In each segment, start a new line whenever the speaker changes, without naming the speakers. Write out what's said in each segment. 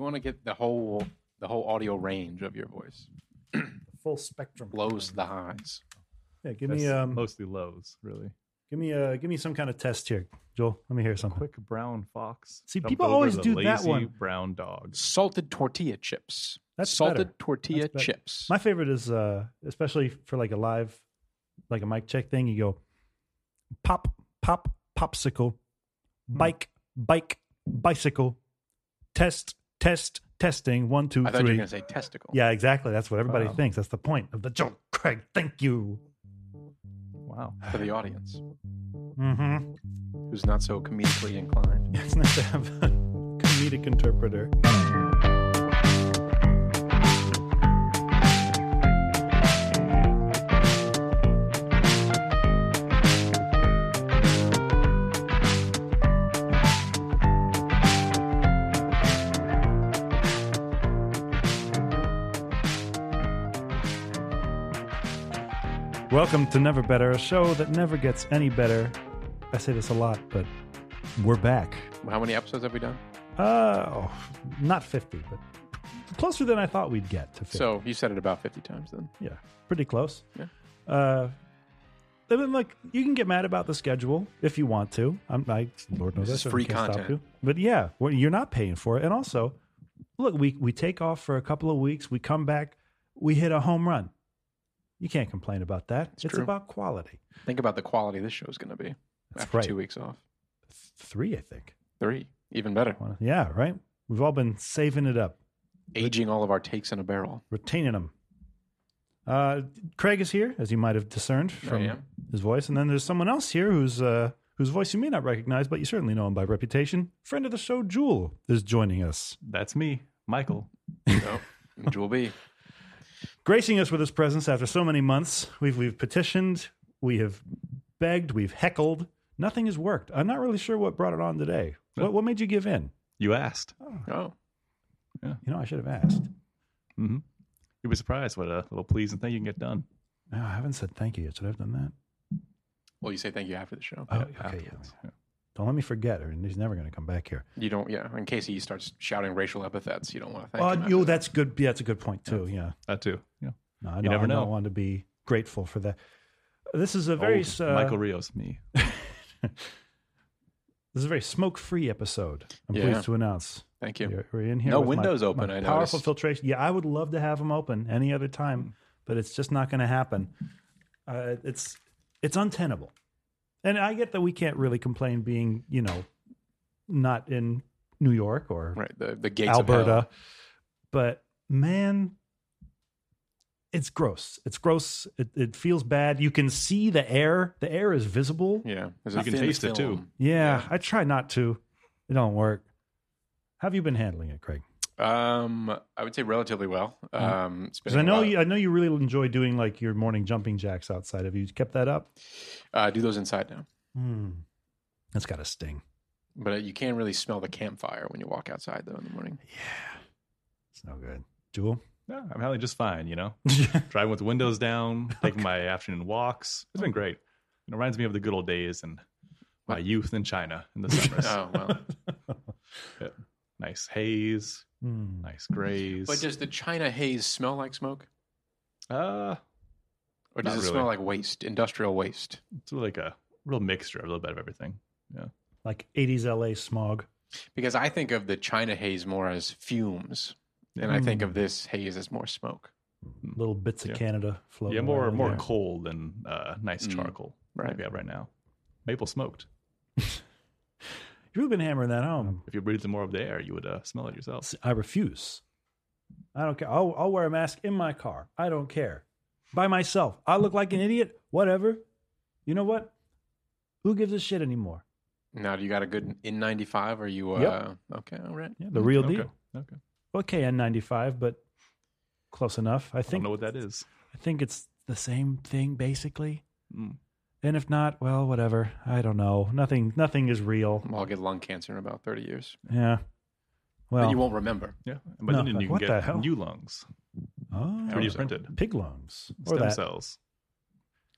want to get the whole the whole audio range of your voice,
Full spectrum.
lows to the highs.
Yeah, give
That's
me um,
mostly lows, really.
give me uh, give me some kind of test here, Joel. Let me hear something.
Quick brown fox.
See,
Dump
people
over
always
the
do that
lazy
one.
Brown dog.
Salted tortilla chips.
That's
salted
better.
tortilla
That's better.
chips.
My favorite is uh, especially for like a live, like a mic check thing. You go pop, pop, popsicle,
Hmm.
bike, bike, bicycle, test, test, testing. One, two,
I thought you were
three.
going to say testicle.
yeah, exactly. That's what everybody
Wow.
thinks. That's the point of the joke. Craig, thank you.
Wow.
For the audience
Mm-hmm.
who's not so comedically inclined.
It's nice to have a comedic interpreter. Welcome to Never Better, a show that never gets any better. I say this a lot, but we're back.
How many episodes have we done?
Uh, oh, not 50, but closer than I thought we'd get to 50.
So you said it about 50 times then.
yeah, pretty close.
Yeah.
Uh, I mean, like you can get mad about the schedule if you want to. I'm, I, Lord knows
This
I
is
certainly
free
can't stop
content.
you. But yeah, well, you're not paying for it. And also, look, we we take off for a couple of weeks. We come back. We hit a home run. You can't complain about that. It's,
true.
about quality.
Think about the quality this show is going to be
That's
after
right.
two weeks off.
Three, I think.
Three, even better.
Yeah, right. We've all been saving it up.
Aging all of our takes in a barrel.
retaining them. Uh, Craig is here, as you might have discerned from
am.
his voice, and then there's someone else here who's uh, whose voice you may not recognize, but you certainly know him by reputation. Friend of the show, Jewel, is joining us,
That's me, Michael.
So, Oh, Jewel B.
gracing us with his presence after so many months. We've we've petitioned, we have begged, we've heckled. Nothing has worked. I'm not really sure what brought it on today. What what made you give in?
You asked.
Oh,
You know, I should have asked.
hmm You'd be surprised what a little pleasing thing you can get done.
No, I haven't said thank you yet. Should I have done that?
well, you say thank you after the show.
Oh,
Yeah,
okay. yeah.
afterwards. Yeah.
Don't let me forget, or he's never going to come back here.
You don't, yeah. In case he starts shouting racial epithets, you don't want to thank
Oh,
him. after
you know,
that.
that's good. Yeah, that's a good point too. Yeah.
That too. Yeah.
No, I
You
know,
never
I
know.
want to be grateful for that. This is a very
Old
uh,
Michael Rios, me.
this is a very smoke free episode. I'm
Yeah.
pleased to announce
Thank you.
We're- we're in here.
No
with my-
windows open,
my
I
powerful
noticed.
filtration. Yeah, I would love to have them open any other time, but it's just not going to happen. Uh, it's it's untenable, and I get that we can't really complain being you know not in New York or
Right. The, the gates of hell.
Alberta. But man, it's gross. It's gross. It, it feels bad. You can see the air. The air is visible. Yeah,
Yeah. There's
You can
thin
taste it, too.
film. Yeah.
I try not to. It don't work. How have you been handling it, Craig?
Um, I would say relatively well. Um, it's been
Because Mm-hmm. I
a
know
lot-
you, I know you really enjoy doing like your morning jumping jacks outside. Have you kept that up?
uh, I do those inside now,
Hmm. That's got a sting.
but uh, you can't really smell the campfire when you walk outside though in the morning.
It's no good. Jewel.
Yeah, I'm handling just fine, you know? Driving with the windows down, taking my afternoon walks. It's been great. It reminds me of the good old days and my youth in China in the summers.
Oh well,
Nice haze,
Hmm.
nice grays.
but does the China haze smell like smoke,
uh,
or does
Not
it
really.
smell like waste, industrial waste?
it's like a real mixture of a little bit of everything.
Like '80s LA smog.
Because I think of the China haze more as fumes, and I think
Mm.
of this haze as more smoke.
Little bits of
Yeah.
Canada floating.
yeah, more
around
more
there.
coal than uh, nice
Mm.
charcoal
Right.
right. we have right now. Maple smoked.
You've really been hammering that home.
If you breathed more of the air, you would uh, smell it yourself.
S- I refuse. I don't care. I'll, I'll wear a mask in my car. I don't care. By myself. I look like an idiot. Whatever. You know what? Who gives a shit anymore?
Now, do you got a good N95? Are you uh,
Yep.
okay? All right.
Yeah, the real
okay.
deal.
Okay.
Okay, N95, but close enough. I
I don't
think.
know what that is.
I think it's the same thing basically.
Mm.
And if not, well, whatever. I don't know. Nothing. Nothing is real.
Well, I'll get lung cancer in about 30 years.
Yeah.
Then
Well.
you won't remember.
Yeah. But
No,
then
like,
you can
what the
get
hell?
new lungs,
oh,
3D printed,
pig lungs or
stem
that,
cells,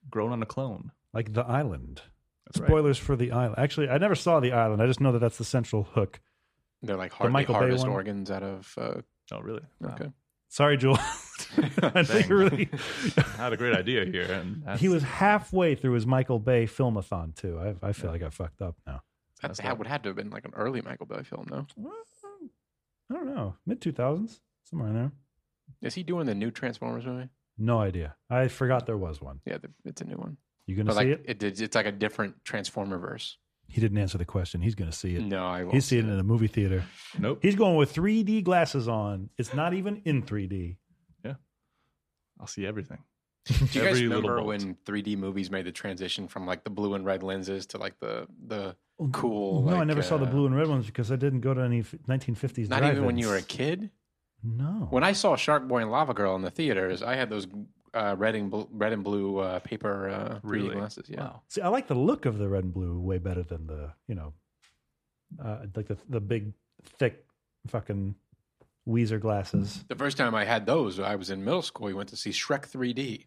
grown on a clone.
like the island.
That's right.
Spoilers for the island. Actually, I never saw the island. I just know that that's the central hook.
They're like hardly
Michael Bay
harvest
one?
organs out of. Uh,
Oh, really? Wow.
okay.
Sorry, Jewel. I think
Dang.
really.
I had a great idea here, and that's,
He was halfway through his Michael Bay filmathon too. I, I feel like I fucked up now.
That,
That's
that
not-
would have to have been like an early Michael Bay film, though.
I don't know, mid two thousands, somewhere in there.
Is he doing the new Transformers movie?
No idea. I forgot there was one.
Yeah, the, it's a new one.
You gonna
But
see
like,
it?
it? did it's like a different Transformer verse.
He didn't answer the question. He's gonna see it.
No, I Mm, won't.
He's seeing it in a movie theater.
nope.
He's going with 3D glasses on. It's not even in 3D.
I'll see everything.
Do you guys
every little
remember
bolt.
when 3D movies made the transition from like the blue and red lenses to like the the cool?
No, I
like,
never saw the
uh,
blue and red ones because I didn't go to any f- 1950s.
Not even when you were a
drive-ins.
kid.
No.
When I saw Shark Boy and Lava Girl in the theaters, I had those uh, red and bl- red and blue uh, paper uh, 3D
Really?
glasses. Yeah,
Wow.
See, I like the look of the red and blue way better than the you know, uh, like the the big thick fucking Weezer glasses.
the first time I had those, I was in middle school. We went to see Shrek 3D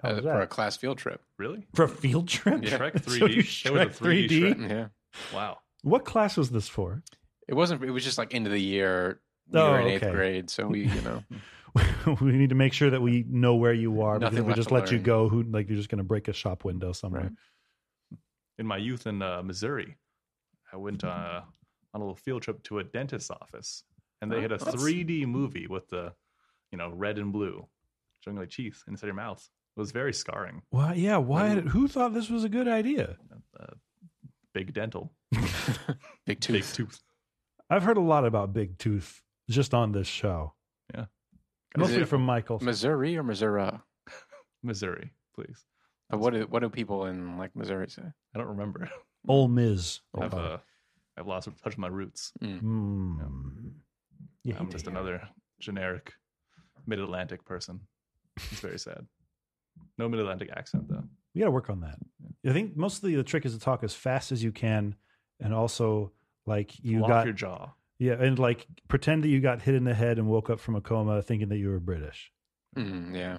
How
uh,
was
for
that?
a class field trip.
Really?
For a field trip,
Yeah.
Shrek
So you
3D. That was a
Shrek
3D
3D?
Shrek.
Yeah,
Wow.
What class was this for?
it wasn't. It was just like end of the year. We
Oh,
were in eighth
okay.
grade, so we, you know,
we need to make sure that we know where you are because
Nothing
if we
left
just
to
let you
learn.
go, who like you're just going to break a shop window somewhere.
Right.
In my youth in uh, Missouri, I went uh, on a little field trip to a dentist's office, and they had a
Oh, That's-
3D movie with the, you know, red and blue, showing like teeth inside your mouth. It was very scarring.
Why? Yeah. Why?
Right.
Who thought this was a good idea?
uh, Big dental,
big
big
tooth.
tooth.
I've heard a lot about Big Tooth just on this show.
Yeah.
Mostly
Is it-
from Michael.
Missouri or Missouri?
Missouri, please.
But what do, what do people in like Missouri say?
I don't remember.
Ole Miz.
Oh,
I've uh, I've lost touch of my roots.
Mm. You
I'm
hate
just
to hear it.
another generic mid Atlantic person. It's very sad. No mid Atlantic accent though.
We got to work on that. I think mostly the trick is to talk as fast as you can, and also like you
Lock
got
your jaw.
yeah, and like pretend that you got hit in the head and woke up from a coma thinking that you were British.
Mm, yeah,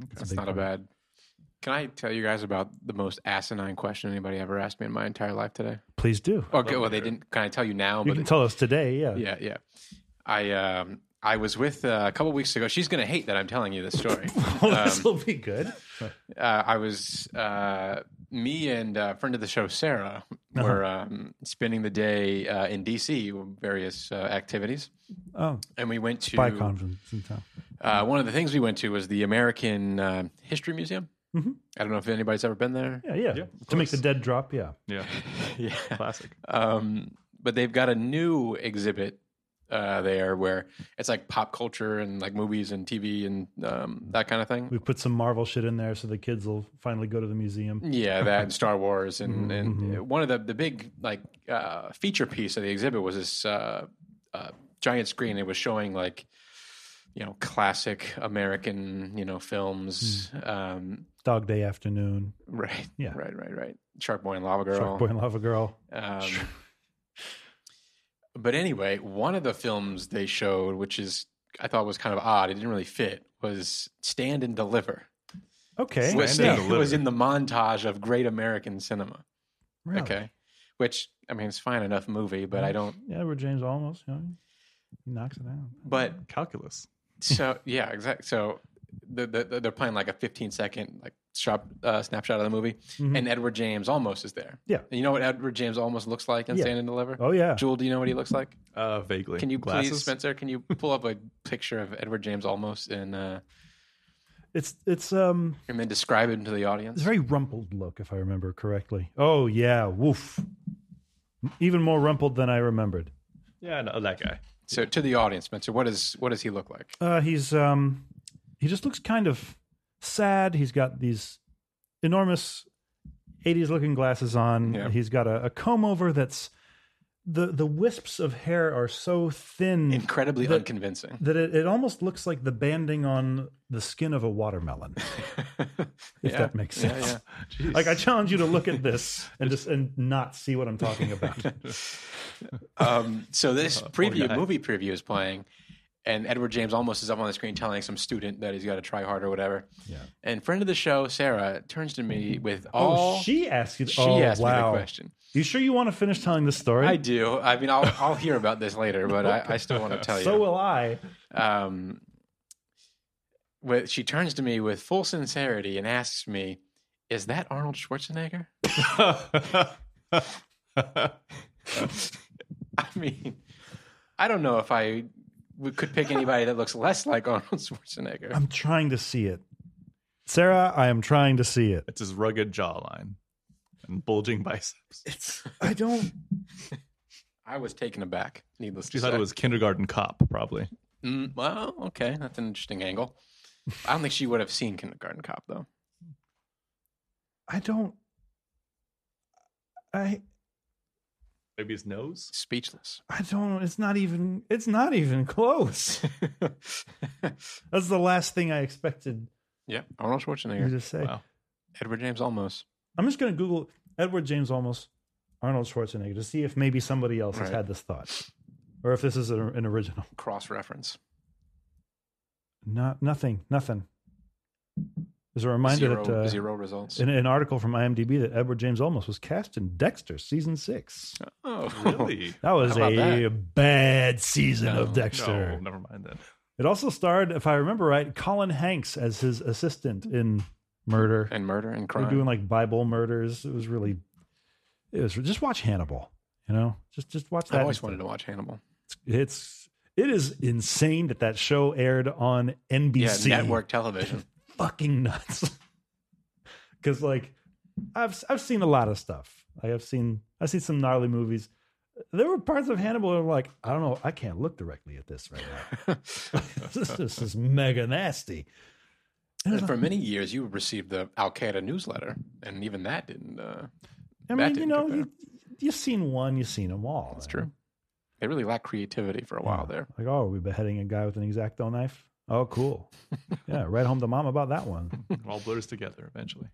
that's
Mm-hmm. big
not a
one.
bad. Can I tell you guys about the most asinine question anybody ever asked me in my entire life today?
Please do.
Okay,
love
well
to
they
hear it.
didn't. Can I tell you now?
you
Oh, but
can tell us today. Yeah.
yeah, yeah. I um I was with uh, a couple weeks ago. She's gonna hate that I'm telling you this story.
Well,
Um,
this will be good.
uh, I was uh, me and uh, friend of the show Sarah were um, spending the day uh, in DC with various uh, activities,
Oh,
and we went to
spy conference in town.
Uh, one of the things we went to was the American uh, History Museum.
Mhm.
I don't know if anybody's ever been there.
Yeah, yeah.
Yeah, of
to make
course.
the dead drop. Yeah.
Yeah,
Yeah.
classic.
Um, but they've got a new exhibit uh, there where it's like pop culture and like movies and TV and um, that kind of thing.
We put some Marvel shit in there so the kids will finally go to the museum.
Yeah, that and Star Wars and,
Mhm.
and one of the the big like uh, feature piece of the exhibit was this uh, uh, giant screen. It was showing like you know classic American you know films. Um,
Dog Day afternoon.
Right.
Hmm. Yeah.
Right. Right. Right. Shark Boy and Lava Girl.
Shark Boy and Lava Girl.
Um, but anyway, one of the films they showed, which is I thought was kind of odd, it didn't really fit, was Stand and Deliver.
Okay.
Was,
Stand and
it was
Deliver.
in the montage of Great American Cinema.
Really?
Okay. Which I mean, it's fine enough movie, but I don't.
Yeah, where James almost, you know, he knocks it out.
But
Calculus.
so yeah, exactly. So the, the, the- they're playing like a 15 second like shop, uh, snapshot of the movie,
Mhm.
and Edward James almost is there.
Yeah.
And you know what Edward James almost looks like in
Yeah.
Stand and Deliver?
Oh yeah.
Jewel, do you know what he looks like?
Uh, vaguely.
Can you
Glasses?
please, Spencer? Can you pull up a picture of Edward James almost and uh,
It's it's um
and then describe him to the
it's
audience?
a very rumpled look if I remember correctly. Oh yeah, woof. Even more rumpled than I remembered.
Yeah, no, that guy.
So to the audience, Spencer, what is what does he look like?
Uh he's um he just looks kind of sad. He's got these enormous 80s looking glasses on.
Yeah.
He's got a, a comb over that's the the wisps of hair are so thin
Incredibly
Mm. The-
unconvincing.
that it, it almost looks like the banding on the skin of a watermelon. If
Yeah.
that makes
Yeah,
sense.
yeah.
Jeez.
Like I challenge you to look at this and just and not see what I'm talking about.
Um, so this
Poor
preview
Oh,
guy.
movie preview is playing, and Edward James almost is up on the screen telling some student that he's got to try hard or whatever.
Yeah.
And friend of the show, Sarah, turns to me with all
oh, she asked you.
she
oh,
asked
wow.
me the question.
You sure you want to finish telling this story?
I do. I mean, I'll I'll hear about this later, but I, I still want to tell
so
you.
will I.
um, with, she turns to me with full sincerity and asks me, "Is that Arnold Schwarzenegger?" I mean, I don't know if I w- could pick anybody that looks less like Arnold Schwarzenegger.
I'm trying to see it. Sarah, I am trying to see it.
it's his rugged jawline and bulging biceps.
It's I don't
I was taken aback, needless
She
to
thought
say.
it was kindergarten cop, probably.
Mm, well, okay, that's an interesting angle. I don't think she would have seen Kindergarten Cop though.
I don't I
Maybe his nose.
Speechless.
I don't it's not even it's not even close. That's the last thing I expected
yeah, Arnold
you
Schwarzenegger,
to say.
Wow.
Edward James Olmos.
I'm just gonna Google Edward James Olmos, Arnold Schwarzenegger to see if maybe somebody else has
Right.
had this thought. Or if this is a, an original.
cross reference.
Not nothing, nothing. There's a reminder
Zero,
that uh,
zero results.
in an article from IMDb that Edward James Olmos was cast in Dexter season six.
oh,
Really?
That was
How
a
about
bad season
No,
of Dexter.
No, never mind then.
It also starred, if I remember right, Colin Hanks as his assistant in Murder.
and murder and
They were
crime.
doing like Bible murders. It was really, it was just watch Hannibal. You know, just just watch that.
I always
instead.
wanted to watch Hannibal.
It's it is insane that that show aired on NBC.
Yeah, network television.
fucking nuts. Because like, I've I've seen a lot of stuff. Like, I've seen I've seen some gnarly movies. There were parts of Hannibal that were like, I don't know, I can't look directly at this right now. this, this is mega nasty. And it's
and for many years, you received the Al Qaeda newsletter, and even that didn't. Uh,
I
that
mean, you
didn't
know,
compare.
you, you've seen one, you've seen them all.
that's true. They really lacked creativity for a while there.
Like, oh, are we beheading a guy with an exacto knife? Oh, cool. yeah, right home to mom about that one.
It all blurs together eventually.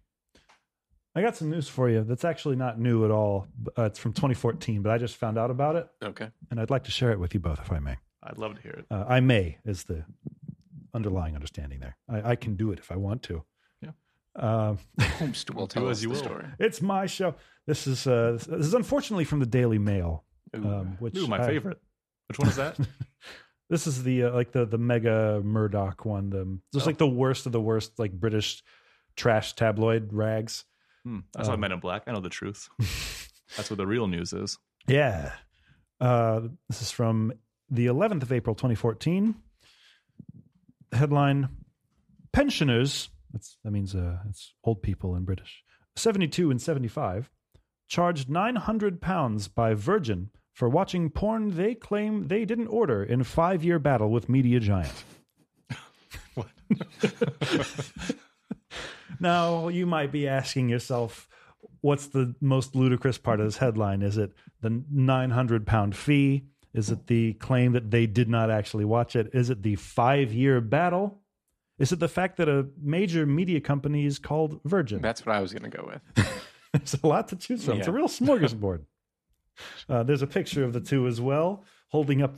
I got some news for you that's actually not new at all. Uh, it's from 2014, but I just found out about it,
Okay.
and I'd like to share it with you both if I may.
I'd love to hear it.
Uh, I may is the underlying understanding there. I, I can do it if I want to.
Yeah.
Um,
Whomst will tell
as
us
you
the
will.
story.
it's my show. This is uh, this is unfortunately from the Daily Mail,
Ooh.
um, which
Ooh, my
I-
favorite. Which one is that?
This is the uh, like the the mega Murdoch one. The just
Oh.
like the worst of the worst, like British trash tabloid rags.
Hmm, I saw
Um,
Men in Black. I know the truth. That's what the real news is.
Yeah. Uh, this is from the 11th of April, 2014. Headline Pensioners, that's, that means uh, it's old people in British, 72 and 75, charged 900 pounds by Virgin for watching porn they claim they didn't order in five year battle with media giant.
What?
Now, you might be asking yourself, what's the most ludicrous part of this headline? Is it the 900 pound fee? Is it the claim that they did not actually watch it? Is it the five year battle? Is it the fact that a major media company is called Virgin?
That's what I was going to go with.
There's a lot to choose from. It's a
Yeah.
real smorgasbord. uh, there's a picture of the two as well, holding up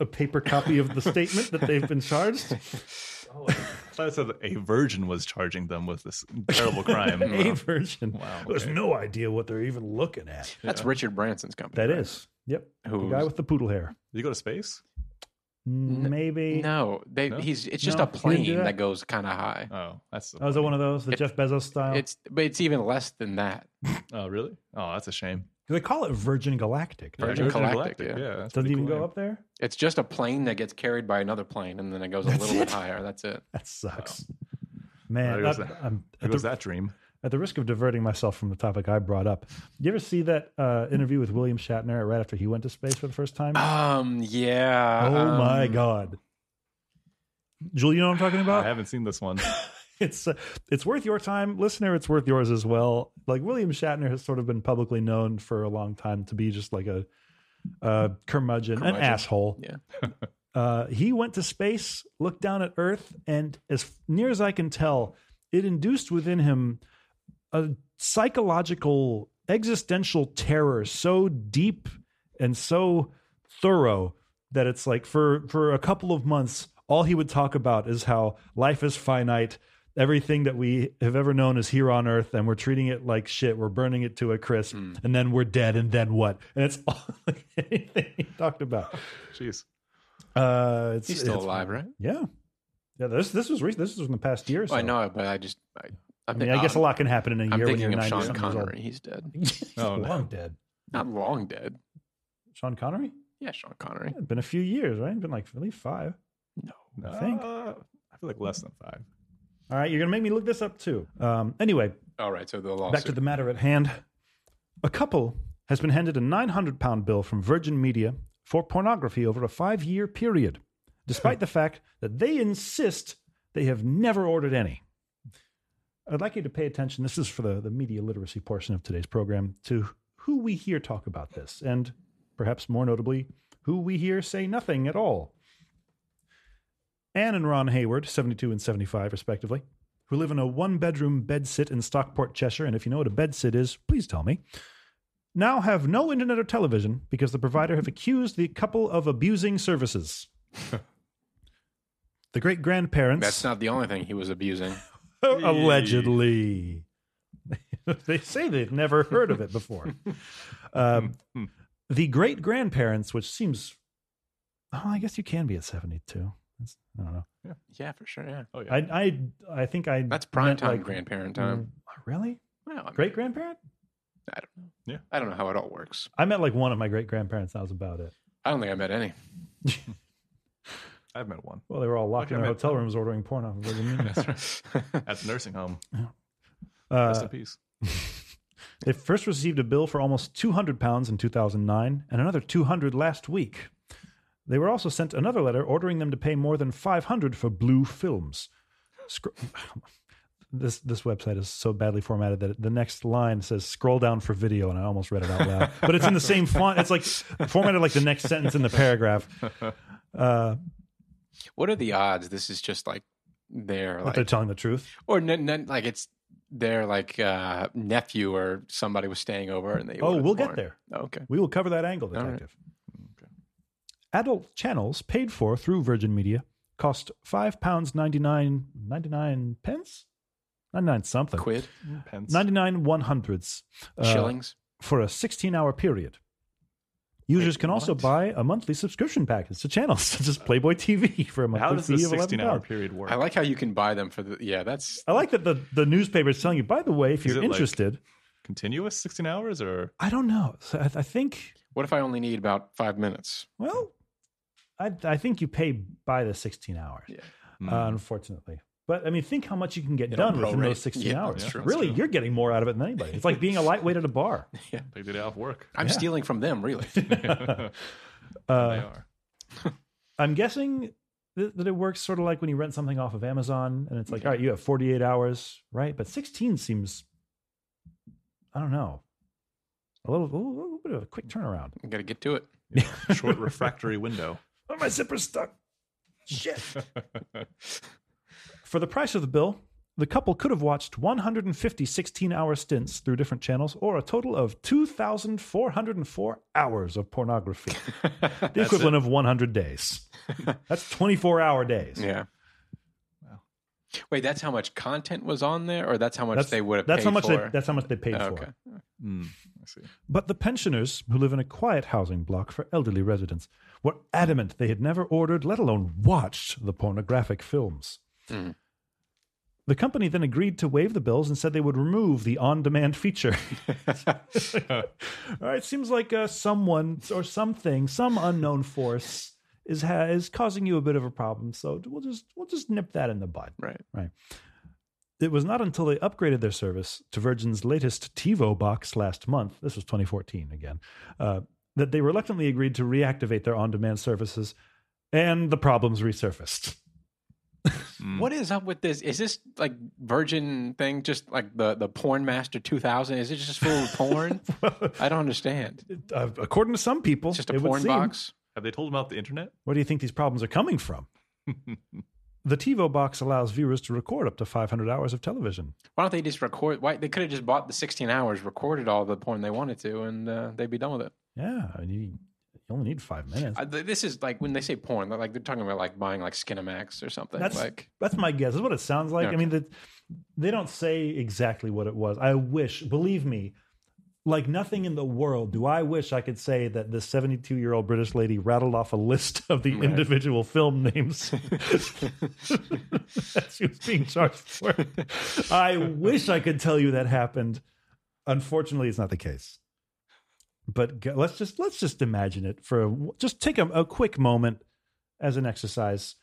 a paper copy of the statement that they've been charged.
I thought it said a virgin was charging them with this terrible crime.
a Virgin.
Wow,
There's
okay.
no idea what they're even looking at.
That's Richard Branson's company.
That
right?
is. Yep. The
Who's-
guy with the poodle hair.
Did you go to space?
Maybe.
No, they,
No?
he's. It's just
No,
a
he didn't do
plane
that.
that goes kind of high.
Oh, that's
Oh, is it one of those? The Jeff Bezos style?
It's, but it's even less than that.
oh really? Oh, that's a shame.
they call it Virgin Galactic.
Virgin
Yeah,
Galactic, yeah.
that's
Doesn't
pretty
even go
cool name.
up there?
It's just a plane that gets carried by another plane, and then it goes a
That's
little bit
it?
higher. That's it.
That sucks.
There
Man,
goes
I-
that-
I'm-
There
at,
goes
the,
that dream.
at the risk of diverting myself from the topic I brought up, you ever see that uh, interview with William Shatner right after he went to space for the first time?
Um. Yeah.
oh
um,
my God. Julie, you know what I'm talking
I
about?
haven't seen this one.
it's uh, it's worth your time, listener. It's worth yours as well. Like William Shatner has sort of been publicly known for a long time to be just like a, a curmudgeon, an
Curmudgeon.
asshole.
Yeah.
uh, he went to space, looked down at Earth, and as near as I can tell, it induced within him a psychological, existential terror so deep and so thorough that it's like for for a couple of months all he would talk about is how life is finite everything that we have ever known is here on earth and we're treating it like shit we're burning it to a crisp
Mm.
and then we're dead and then what and it's all anything he talked about
Jeez.
uh it's
He's still
it's-
alive, right?
yeah yeah this this was recent this was in the past year or so.
Well, I know, but I just I,
i
I'm
mean
thi-
i guess a
I'm-
lot can happen in a
I'm
year when
thinking
you're
of
90
Sean
something years old.
Connery. He's dead.
Oh, no.
long dead
Not long dead.
sean connery
Yeah, Sean Connery.
yeah, it's been a few years right been like at least five
No.
I think.
Uh, I feel like less than five.
all right you're gonna make me look this up too um anyway
All right. So the
Back to
lawsuit.
the matter at hand. A couple has been handed a 900 pound bill from Virgin Media for pornography over a five year period, despite the fact that they insist they have never ordered any. I'd like you to pay attention. This is for the, the media literacy portion of today's program to who we hear talk about this, and perhaps more notably, who we hear say nothing at all. Anne and Ron Hayward, 72 and 75, respectively, who live in a one bedroom bed sit in Stockport, Cheshire, and if you know what a bed sit is, please tell me, now have no internet or television because the provider have accused the couple of abusing services. the great grandparents
That's not the only thing he was abusing.
allegedly. they say they've never heard of it before. um,
Hmm, hmm.
the great grandparents, which seems, oh, I guess you can be at seventy-two. That's, I don't know.
Yeah, for sure. Yeah.
Oh yeah.
I, I, I think I.
That's prime
meant,
time
like, Oh,
grandparent time.
Really,
Well, I mean,
great grandparent?
I don't know.
Yeah.
I don't know how it all works.
I met like one of my great grandparents. That was about it.
I don't think I met any.
I've met one.
Well, they were all locked
Like I
in their
met-
hotel rooms ordering porn off of Virgin Media.
At the nursing home. Rest
Uh,
in peace.
They first received a bill for almost 200 pounds in 2009 and another 200 last week. They were also sent another letter ordering them to pay more than 500 for blue films. Scro- this this website is so badly formatted that the next line says scroll down for video and I almost read it out loud. But it's in the same font. It's like formatted like the next sentence in the paragraph. Uh,
what are the odds? This is just like their
but they're
like,
telling the truth.
or n- n- like it's their like uh, nephew or somebody was staying over and they.
Oh,
ordered
we'll
porn.
get there.
Okay.
We will cover that angle,
right.
detective. Adult channels paid for through Virgin Media cost five pounds ninety nine ninety nine pence, ninety nine something,
Quid,
Pence.
ninety nine one hundredths uh,
shillings.
for a sixteen hour period. Users
Wait,
can also
what?
buy a monthly subscription package to channels such as Playboy TV for a monthly
How does
fee
the
of eleven
16 hour
pounds.
period work?
I like how you can buy them for the. Yeah, that's.
I like that the the newspaper is telling you. By the way, if
Is
you're
it like-
interested,
Continuous 16 hours or
I don't know. So I, I think
What if I only need about five minutes?
well, I I think you pay by the sixteen hours.
Yeah.
hmm, Mm.
uh, unfortunately. But I mean, think how much you can get
It'll
done within
prorate.
those 16
Yeah,
hours.
that's true.
really,
That's true.
you're getting more out of it than anybody. It's like being a lightweight at a bar.
take the day off work?
I'm
Yeah.
stealing from them, really.
There they
Uh,
are.
I'm guessing th- that it works sort of like when you rent something off of Amazon and it's like, all right, you have 48 hours, right? But 16 seems, I don't know, a little, a little, little bit of a quick turnaround.
Got to get to it.
Short refractory window.
Oh, my zipper's stuck. Shit. For the price of the bill, the couple could have watched 150 16 hour stints through different channels or a total of 2,404 hours of pornography, the equivalent of 100 days. That's 24 hour days.
Yeah. Wait, that's how much content was on there, or that's how much
That's-
they would have.
That's
paid
how much
for?
they that's how much they paid
Oh,
for.
okay.
it.
Hmm, I see.
But the pensioners who live in a quiet housing block for elderly residents were adamant they had never ordered, let alone watched, the pornographic films.
Mm.
The company then agreed to waive the bills and said they would remove the on demand feature. All right, seems like uh, someone or something, some unknown force is ha- is causing you a bit of a problem. So we'll just we'll just nip that in the bud.
Right.
It was not until they upgraded their service to Virgin's latest TiVo box last month, this was 2014 again, uh, that they reluctantly agreed to reactivate their on demand services and the problems resurfaced. Hmm.
Mm.
What is up with this? Is this like Virgin thing? Just like the the Porn Master 2000? Is it just full of porn? I don't understand.
Uh, according to some people,
It's just a
it would
porn
seem-
box.
Have they told them about the internet?
Where do you think these problems are coming from? the TiVo box allows viewers to record up to 500 hours of television.
Why don't they just record? Why they could have just bought the 16 hours, recorded all the porn they wanted to, and uh, they'd be done with it.
Yeah, and you, You only need five minutes.
I, th- this is like when they say porn, they're like they're talking about like buying like Skinamax or something.
That's-
like
That's my guess. Is what it sounds like. I
Okay.
mean, the, they don't say exactly what it was. I wish, believe me, like nothing in the world do I wish I could say that the 72 year old British lady rattled off a list of the
Right.
individual film names that she was being charged for. I wish I could tell you that happened. Unfortunately, it's not the case. But go, let's just let's just imagine it for a, just take a, a quick moment as an exercise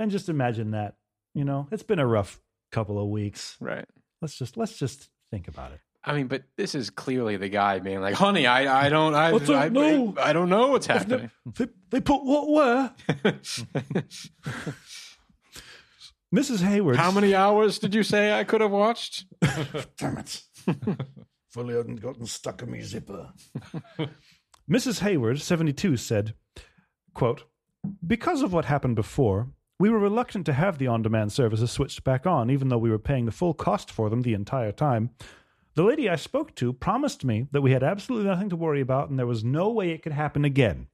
and just imagine that. You know, it's been a rough couple of weeks.
right.
Let's just let's just think about it.
I mean, but this is clearly the guy being like, "Honey, I, I don't, I,
What's up?
I,
No.
I, don't know what's
If the-
happening."
They, they put what were Mrs. Hayward.
How many hours did you say I could have watched?
Damn it. Fully hadn't gotten stuck in my zipper. Mrs. Hayward, 72, said, quote, Because of what happened before, we were reluctant to have the on demand services switched back on, even though we were paying the full cost for them the entire time. The lady I spoke to promised me that we had absolutely nothing to worry about and there was no way it could happen again.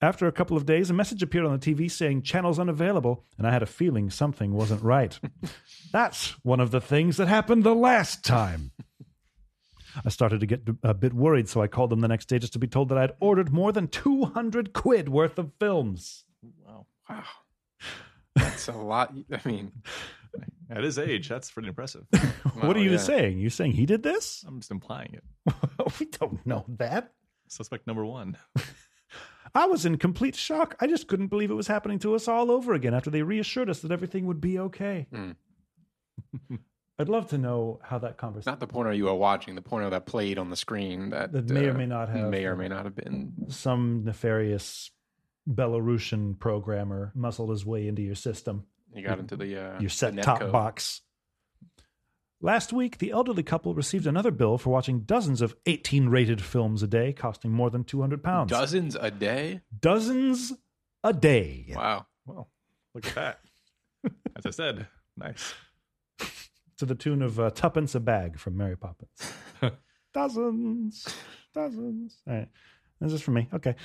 After a couple of days, a message appeared on the TV saying channels unavailable, and I had a feeling something wasn't right. That's one of the things that happened the last time. I started to get a bit worried, so I called them the next day just to be told that I'd ordered more than 200 quid worth of films.
Wow.
Wow, that's a lot. I mean,
At his age, that's pretty impressive.
wow,
what are you
yeah.
saying? You're saying he did this?
I'm just implying it.
we don't know that.
Suspect number one.
I was in complete shock. I just couldn't believe it was happening to us all over again after they reassured us that everything would be okay.
Mm.
I'd love to know how that
It's
conversation
not the porno you were watching, the porno that played on the screen that,
that may or
uh,
may not have
may or may not have been.
some nefarious Belarusian programmer muscled his way into your system.
You got into the uh,
your set
the
top
netcode.
box. Last week, the elderly couple received another bill for watching dozens of 18 rated films a day, costing more than 200 pounds.
dozens a day.
Dozens a day.
Wow,
Well, look at that. As I said, nice.
To the tune of uh, tuppence a bag from Mary Poppins. dozens. Dozens. All right. This is for me. Okay.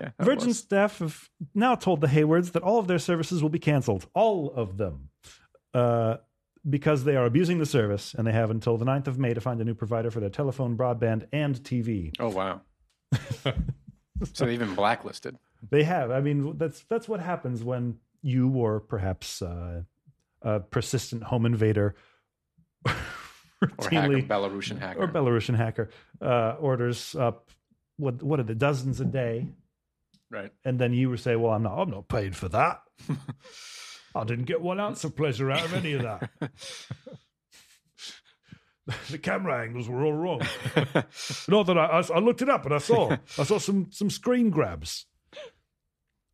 yeah, that
Virgin
was-
staff have now told the Haywards that all of their services will be canceled, all of them, uh, because they are abusing the service and they have until the 9th of May to find a new provider for their telephone, broadband, and TV.
Oh wow. so they even blacklisted.
They have. I mean, that's that's what happens when you or perhaps uh, a persistent home invader
or hacker,
routinely
Belarusian hacker.
or Belarusian hacker uh, orders up what what are the dozens a day
right.
and then you would say, "Well, I'm not. I'm not paid for that. I didn't get one ounce of pleasure out of any of that. the camera angles were all wrong. no, that I, I, I looked it up and I saw. I saw some some screen grabs.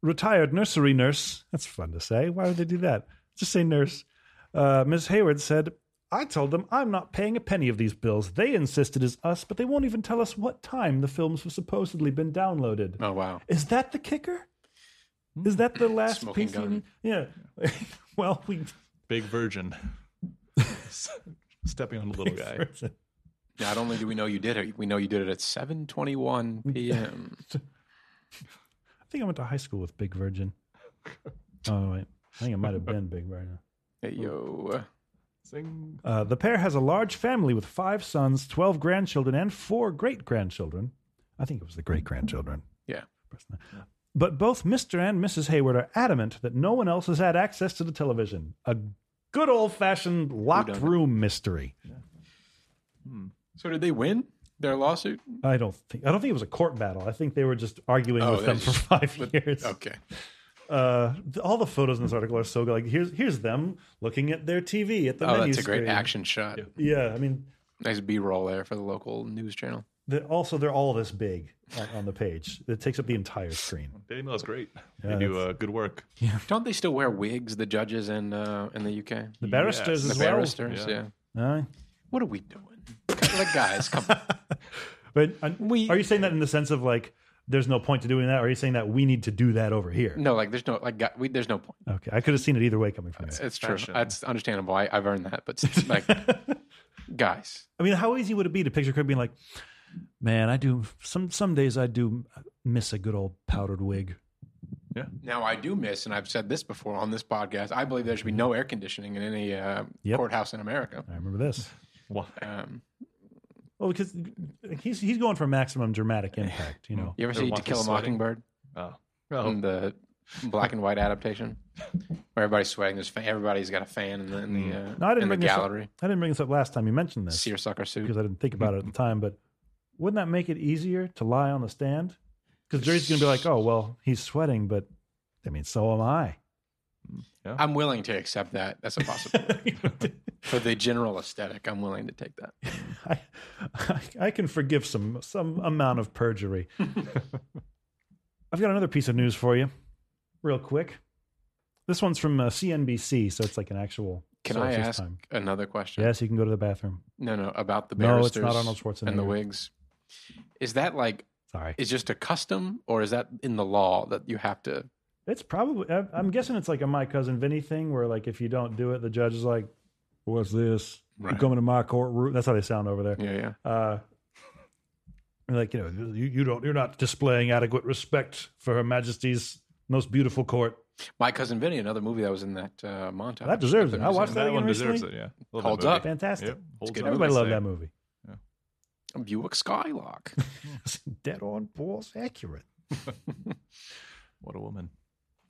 Retired nursery nurse. That's fun to say. Why would they do that? Just say nurse. Uh, Ms. Hayward said. I told them I'm not paying a penny of these bills. They insisted it's us, but they won't even tell us what time the films have supposedly been downloaded.
Oh wow.
Is that the kicker? Is that the last
Hmm. Smoking
piece?
gun.
You, yeah. well, we
Big virgin. S- Stepping on a little guy.
Not only do we know you did it, we know you did it at 7:21 p.m.
I think I went to high school with Big Virgin. Oh wait, I think it might have been Big Virgin.
Hey, yo.
Sing.
Uh, the pair has a large family with five sons, twelve grandchildren, and four great grandchildren. I think it was the great grandchildren.
Yeah.
But both Mr. and Mrs. Hayward are adamant that no one else has had access to the television. A good old fashioned locked
Whodunit.
room mystery.
So did they win their lawsuit?
I don't think I don't think it was a court battle. I think they were just arguing
Oh,
with them
they
for
just-
five years.
Okay.
Uh, th- all the photos in this article are so good. Like here's here's them looking at their TV at the
Oh,
menu
that's a great
screen.
action shot.
Yeah.
Yeah, I mean,
Nice B-roll there for the local news channel.
they're, also they're all this big on, on the page. It takes up the entire screen.
Daily Mail's great.
Yeah,
they do uh, good work.
Don't they still wear wigs, the judges in uh, in the UK?
The barristers
Yes.
The
as
barristers,
Yeah.
yeah.
well. Aye.
What are we doing? like guys, come on.
but and
We
are you saying that in the sense of like there's no point to doing that? Or are you saying that we need to do that over here?
No, like there's no like gu- we, there's no point.
Okay, I could have seen it either way coming from you.
It's true.
fashion.
That's understandable. I, I've earned that, but like guys,
I mean, how easy would it be to picture Craig being like, "Man, I do some some days I do miss a good old powdered wig.
Now I do miss, and I've said this before on this podcast. I believe there should be no air conditioning in any uh,
Yep.
courthouse in America.
I remember this.
Why?
Um,
Well, because he's he's going for maximum dramatic impact. You know,
you ever
Everyone
see To
wants
Kill a
us sweating.
Mockingbird?
Oh,
in the black and white adaptation where everybody's sweating. There's fa- everybody's got a fan in the, in the, uh,
Mm. No, I didn't
in the
bring this up.
gallery.
I didn't bring this up last time you mentioned this
Seersucker suit.
because I didn't think about it at the time. But wouldn't that make it easier to lie on the stand? Because Jerry's going to be like, "Oh, well, he's sweating, but I mean, so am I."
I'm willing to accept that. That's a possibility for the general aesthetic. I'm willing to take that.
I, I, I can forgive some some amount of perjury. I've got another piece of news for you, real quick. This one's from uh, CNBC, so it's like an actual.
Can
source
I
this
ask
time.
another question?
Yes, you can go to the bathroom.
No, no, about the
No, it's
barristers
not Arnold Schwarzenegger.
and the wigs. Is that like
Sorry,
is just a custom, or is that in the law that you have to?
it's probably. I- I'm guessing it's like a my cousin Vinny thing, where like if you don't do it, the judge is like, "What's this? You
Right.
coming to my courtroom?" That's how they sound over there.
Yeah, yeah.
uh, like you know you, you don't you're not displaying adequate respect for her majesty's most beautiful court
My cousin Vinny, another movie that was in that uh, montage.
That deserves
at the
it. I
museum.
watched that
that
again
one deserves it.
recently?
Yeah, Love that
Holds
movie.
up.
fantastic
Yep, holds
good
up.
movie.
everybody loved
Same.
that movie
Buick Skylark.
It's dead on balls accurate
What a woman.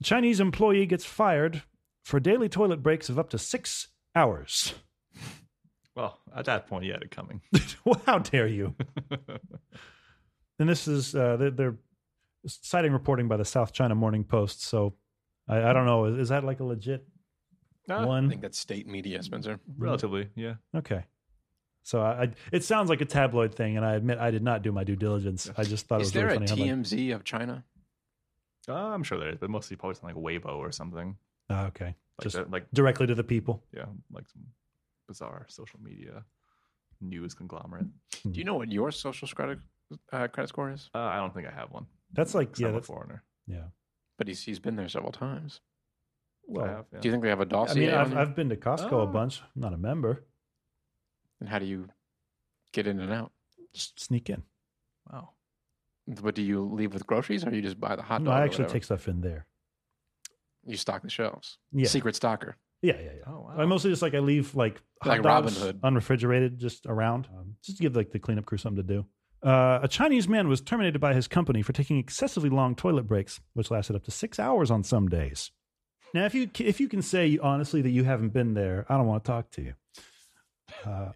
chinese employee gets fired for daily toilet breaks of up to six hours
Well, at that point, you had it coming.
well, how dare you and this is uh, they're, they're citing reporting by the south china morning post so i, I don't know is, is that like a legit
Ah,
I
one
think that's state media, Spencer.
Mm-hmm.
Relatively, yeah.
Okay. So I, I, it sounds like a tabloid thing, and I admit I did not do my due diligence. I just thought
Is
it was
there
really
a
funny. how, like-
TMZ of China?
Uh, I'm sure there is, but mostly probably something like Weibo or something.
Ah, okay,
Like
just
that, like
directly to the people.
yeah, like some bizarre social media news conglomerate.
Do you know what your social credit uh, credit score is?
Uh, I don't think I have one.
That's like
'cause
yeah,
I'm a
that's,
foreigner.
yeah.
But he's he's been there several times.
I
Well,
have, yeah.
Do you think they have a
I
dossier?
mean,
on Oh.
I've,
you?
I've been to Costco a
Ah.
bunch. I'm not a member.
and how do you get in and out?
Just sneak in.
wow.
But do you leave with groceries, or you just buy the hot dog?
No, I
or
actually
whatever?
take stuff in there.
you stock the shelves.
Yeah,
Secret stalker.
yeah, yeah. yeah.
Oh wow.
I mostly just like I leave like hot
Like Robin
dogs
Hood.
unrefrigerated just around, um, just to give like the cleanup crew something to do. Uh, a Chinese man was terminated by his company for taking excessively long toilet breaks, which lasted up to six hours on some days. Now, if you if you can say honestly that you haven't been there, I don't want to talk to you. Uh,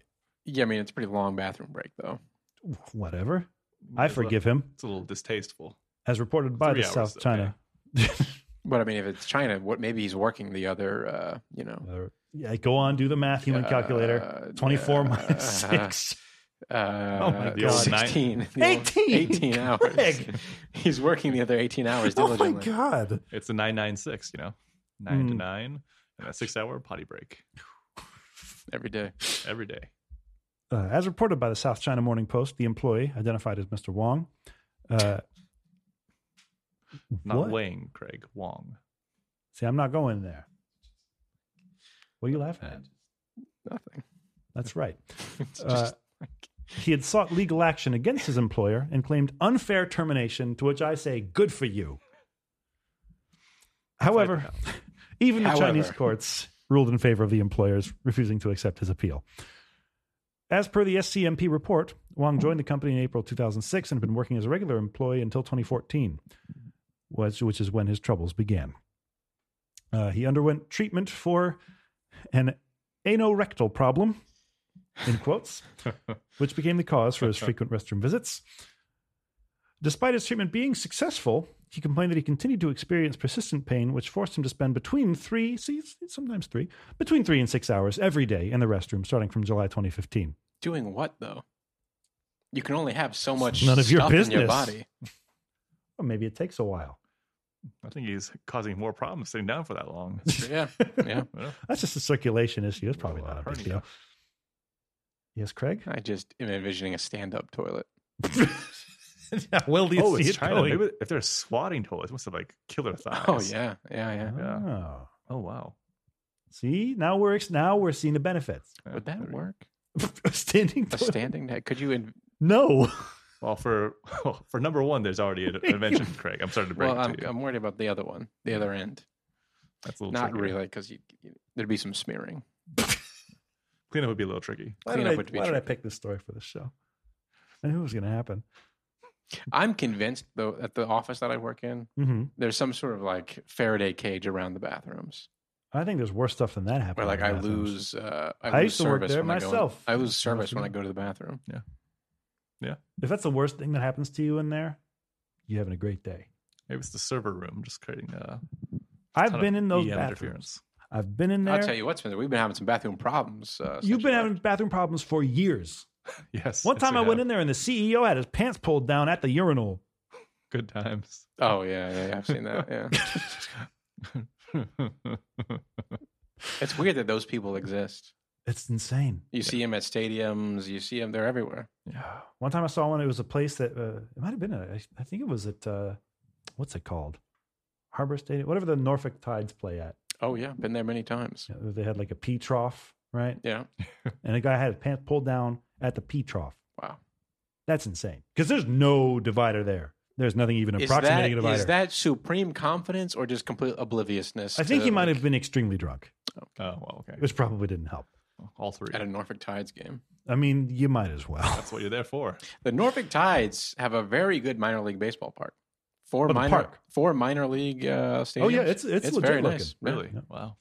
Yeah, I mean it's a pretty long bathroom break though.
whatever,
Might
I
as well-
forgive him,
It's a little distasteful.
as reported by
Three
the
hours,
South
okay.
China.
But I mean, if it's China, what maybe he's working the other, uh, you know,
Uh, yeah, go on, do the math, human calculator.
uh,
Twenty four
uh,
minus six.
Uh,
Oh my
the
God.
old sixteen, the old
18.
18 hours.
Greg.
He's working the other eighteen hours
Oh my
diligently.
god!
It's a nine nine six. You know, nine to
Mm.
nine and a six hour potty break
every day.
every day.
Uh, as reported by the South China Morning Post, the employee, identified as Mr. Wong, uh,
Not
What?
Wang, Craig Wong.
see, I'm not going there. What are you laughing at?
Nothing.
That's right.
It's
Uh,
just
He had sought legal action against his employer and claimed unfair termination, to which I say, good for you. However, even the
However.
Chinese courts ruled in favor of the employers, refusing to accept his appeal. As per the SCMP report, Wang joined the company in April 2006 and had been working as a regular employee until 2014, which, which is when his troubles began. Uh, he underwent treatment for an anorectal problem, in quotes, which became the cause for his frequent restroom visits. Despite his treatment being successful, he complained that he continued to experience persistent pain, which forced him to spend between three, see, sometimes three, between three and six hours every day in the restroom starting from July 2015.
doing what though? You can only have so much
none of your
stuff in your
business.
body.
Well, maybe it takes a while.
I think he's causing more problems sitting down for that long.
Yeah, yeah.
Yeah.
That's just a circulation issue. It's probably
Well,
not a big
hernia.
deal. Yes, Craig?
I just am envisioning a stand-up toilet.
yeah, well, do you
oh,
see
it's
it
China.
going?
Maybe if they're swatting toilets, it must have like killer thighs.
Oh yeah, yeah, yeah.
Oh.
Oh wow.
See, now we're ex- now we're seeing the benefits.
Yeah,
Would
there
that
we go.
work?
Standing
A
toilet.
standing? Could you? In-
no.
Well, for for number one, there's already an invention, Craig. I'm starting to break
Well,
it to
I'm,
you.
I'm worried about the other one, the other end.
That's a little
Not
tricky.
really, because you, you, there'd be some smearing.
Cleanup would be a little tricky.
Why,
Cleanup
did I,
would be
why did I
tricky.
pick this story for this show? I knew it was going to happen.
I'm convinced, though, at the office that I work in,
hmm
there's some sort of like Faraday cage around the bathrooms.
I think there's worse stuff than that
Where
happening.
like
in
I
bathrooms.
lose, uh, I,
I
lose
used to work
service
there
when I go in-
myself.
I lose service when I
Mhm.
go to the bathroom.
If that's the worst thing that happens to you in there, you're having a great day.
Maybe it's the server room just creating a
I've
ton of
been in those
EM
bathrooms.
interference.
I've been in there.
I'll tell you what, Spencer, we've been having some bathroom problems. Uh,
You've
since
been
you
having bathroom problems for years.
Yes.
One
yes,
time
we
I went
have.
in there and the CEO had his pants pulled down at the urinal.
Good times.
left. Oh yeah, yeah, yeah, I've seen that. Yeah,
Oh,
it's weird that those people exist.
It's insane.
You see them at stadiums. You see them. They're everywhere.
Yeah. One time I saw one. It was a place that uh, it might have been. At, I, I think it was at uh, what's it called, Harbor Stadium, whatever the Norfolk Tides play at.
Oh yeah, been there many times.
You know, They had like a pee trough, right?
Yeah.
And a guy had his pants pulled down at the pee trough.
Wow.
That's insane because there's no divider there. There's nothing even
Is that,
approximating a divider.
is that supreme confidence or just complete obliviousness?
I think
to,
he might
like,
have been extremely drunk,
Oh well, okay.
which probably didn't help.
All three.
at a Norfolk Tides game.
I mean, you might as well.
That's what you're there for.
The Norfolk Tides have a very good minor league baseball park. Four
Oh, the
minor
park.
four minor league uh, stadiums.
Oh yeah, it's it's, legit
very
looking.
nice. Yeah.
Really?
Yeah.
Wow.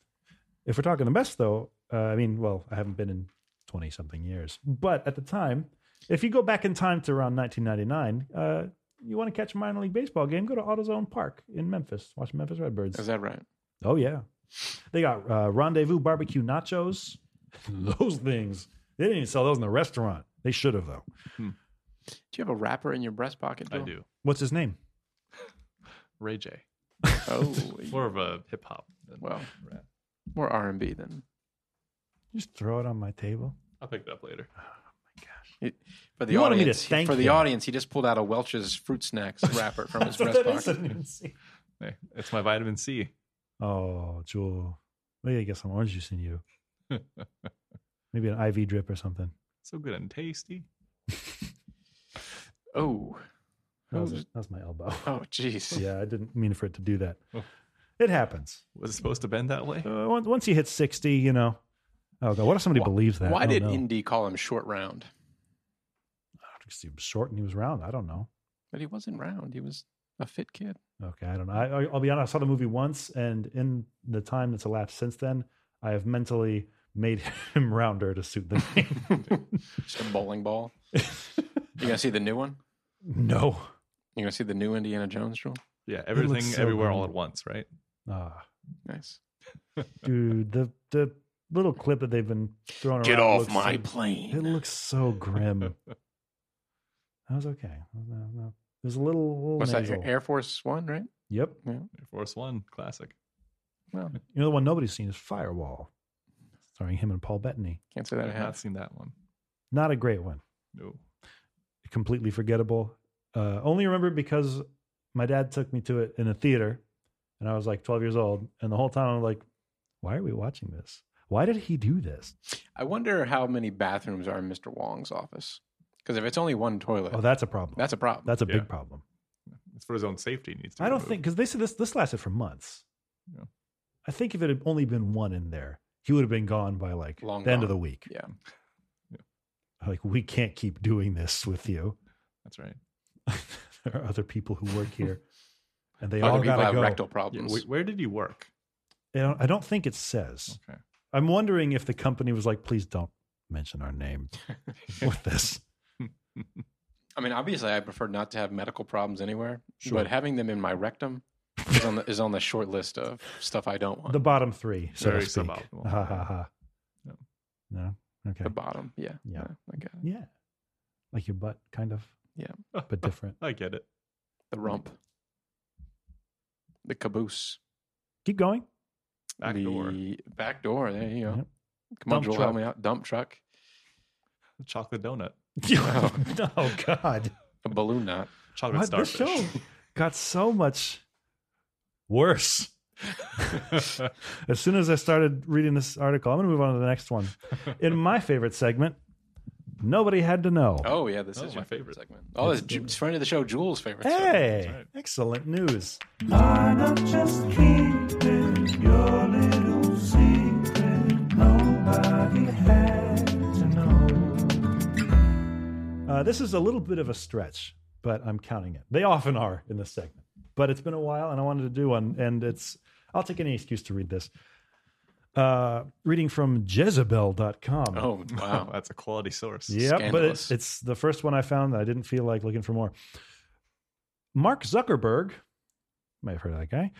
If we're talking the best though, uh, I mean, well, I haven't been in twenty something years, but at the time, if you go back in time to around 1999, uh, you want to catch a minor league baseball game, go to AutoZone Park in Memphis, watch Memphis Redbirds.
Is that right?
Oh yeah, they got uh, Rendezvous barbecue nachos. those things they didn't even sell those in the restaurant. They should have though.
Do you have a wrapper in your breast pocket?
I
Bill?
do.
What's his name?
Ray J.
Oh,
More of a hip hop.
well, more R and B then.
Just throw it on my table.
I'll pick it up later.
For the
You wanted me to
audience, he-
thank
for the
him.
audience, he just pulled out a Welch's fruit snacks wrapper from his breast pocket.
Hey, it's my vitamin C.
Oh, Jewel. Maybe I get some orange juice in you. Maybe an IV drip or something.
So good and tasty.
Oh,
That was,
Who's-
that was my elbow.
oh, jeez.
yeah, I didn't mean for it to do that.
Oh.
It happens.
Was it supposed to bend that way?
Uh, once- once you hit 60, you know. Oh, God. What if somebody
Why-
believes that? I
Why
don't
did
know.
Indy call him short round?
Because he was short and he was round. I don't know.
But he wasn't round. He was a fit kid.
Okay, I don't know. I, I- I'll be honest. I saw the movie once, and in the time that's elapsed since then, I have mentally made him rounder to suit the name.
Just a bowling ball. You gonna see the new one?
no.
You gonna see the new Indiana Jones drill?
Yeah, everything,
so
everywhere,
good.
all at once, right?
Ah.
Nice.
dude the the little clip that they've been throwing
Get
around
off
looks
my
so- it
plane.
looks so grim i was okay no, no. it was a little, little
What's that?
nasal.
Air Force One, right?
yep
Air Force One, classic.
Well,
you know the one nobody's seen is firewall starring him and paul bettany
can't say that I
I've not
have.
seen that one.
not a great one
No.
completely forgettable uh, only remember because my dad took me to it in a theater and i was like 12 years old and the whole time i'm like why are we watching this why did he do this
I wonder how many bathrooms are in Mr. Wong's office. Because if it's only one toilet,
oh that's a problem
that's a problem.
that's a
Yeah.
big problem
It's for his own safety. He needs to.
I don't
remove.
think because they said this this lasted for months.
Yeah.
I think if it had only been one in there, he would have been gone by like
Long
the end of
gone.
the week.
Yeah.
Like we can't keep doing this with you.
that's right.
there are other people who work here, and they
Other
all
people
gotta
have
go.
rectal
Yeah,
problems.
wh- where did he work?
I don't- I don't think it says.
Okay.
I'm wondering if the company was like, please don't mention our name with this.
I mean, obviously, I prefer not to have medical problems anywhere,
Sure.
but having them in my rectum is on the, is on the short list of stuff I don't want.
The bottom three, so
Very
to speak.
suboptimal.
Ha ha ha.
No.
No. Okay.
The bottom, yeah,
Yeah.
I got it.
Yeah. Like your butt, kind of, but different.
I get it.
The rump, the caboose,
Keep going.
Back
the
door.
back door. There you go.
Yep.
Come on,
Dump
Joel,
truck.
help me out. Dump truck,
Chocolate donut.
Wow.
oh God!
a balloon knot.
Chocolate
What? This
starfish.
show got so much worse. As soon as I started reading this article, I'm going to move on to the next one. In my favorite segment, Nobody had to know.
Oh yeah, this
Oh,
is
my
your favorite
favorite.
segment. Oh, this Ju- it's friend of the show, Jules' favorite. segment.
hey,
That's right.
excellent news. Uh, this is a little bit of a stretch, but I'm counting it. They often are in this segment, but it's been a while, and I wanted to do one. And it's I'll take any excuse to read this. Uh, reading from Jezebel.com.
Oh
Wow,
wow.
that's a quality source.
Yeah, but
Scandalous.
it's, it's the first one I found that I didn't feel like looking for more. Mark Zuckerberg, you may have heard of that guy,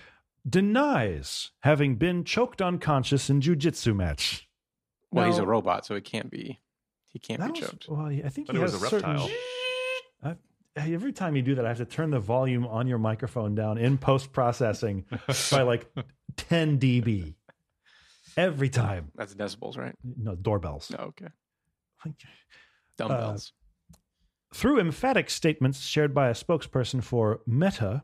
denies having been choked unconscious in jujitsu match.
well, he's a
No.
robot, so he can't be. He can't
That
be
was-
choked.
well, yeah, I think
But
he
it was
has
a
certain-
reptile.
I- every time you do that, I have to turn the volume on your microphone down in post processing by like 10 dB every time.
That's decibels, right?
No doorbells.
No, okay.
Like,
Dumbbells.
through emphatic statements shared by a spokesperson for Meta,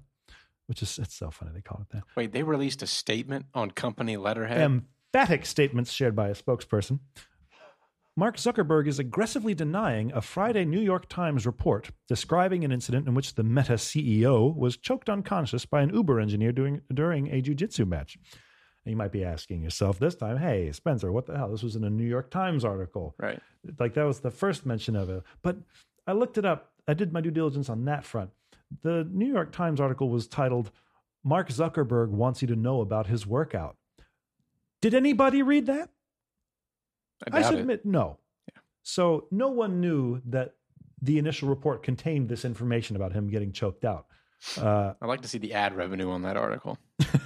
which is it's so funny they call it that.
Wait, they released a statement on company letterhead.
emphatic statements shared by a spokesperson. Mark Zuckerberg is aggressively denying a Friday New York Times report describing an incident in which the Meta CEO was choked unconscious by an Uber engineer during, during a jiu-jitsu match. And you might be asking yourself this time, hey, Spencer, what the hell? This was in a New York Times article.
right.
Like that was the first mention of it. But I looked it up. I did my due diligence on that front. The New York Times article was titled Mark Zuckerberg wants you to know about his workout. Did anybody read that?
I
I
doubt it.
submit no. So no one knew that the initial report contained this information about him getting choked out. Uh,
I'd like to see the ad revenue on that article.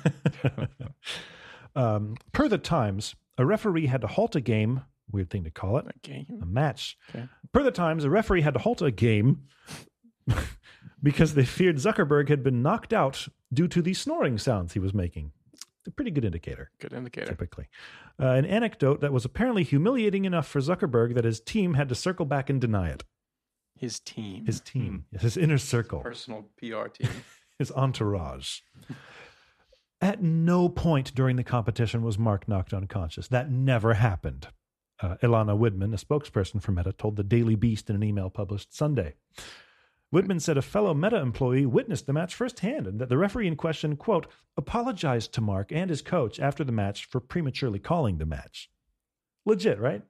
um, per the Times, a referee had to halt a game, weird thing to call it,
Okay.
a match.
Okay.
Per the Times, a referee had to halt a game because they feared Zuckerberg had been knocked out due to the snoring sounds he was making. It's a pretty good indicator,
Good indicator.
typically. Uh, an anecdote that was apparently humiliating enough for Zuckerberg that his team had to circle back and deny it.
His team.
His team, his inner circle,
Hmm. personal PR team.
his entourage. At no point during the competition was Mark knocked unconscious. That never happened. Uh, Ilana Widman, a spokesperson for Meta, told the Daily Beast in an email published Sunday. Widman said a fellow Meta employee witnessed the match firsthand and that the referee in question, quote, apologized to Mark and his coach after the match for prematurely calling the match. Legit, right?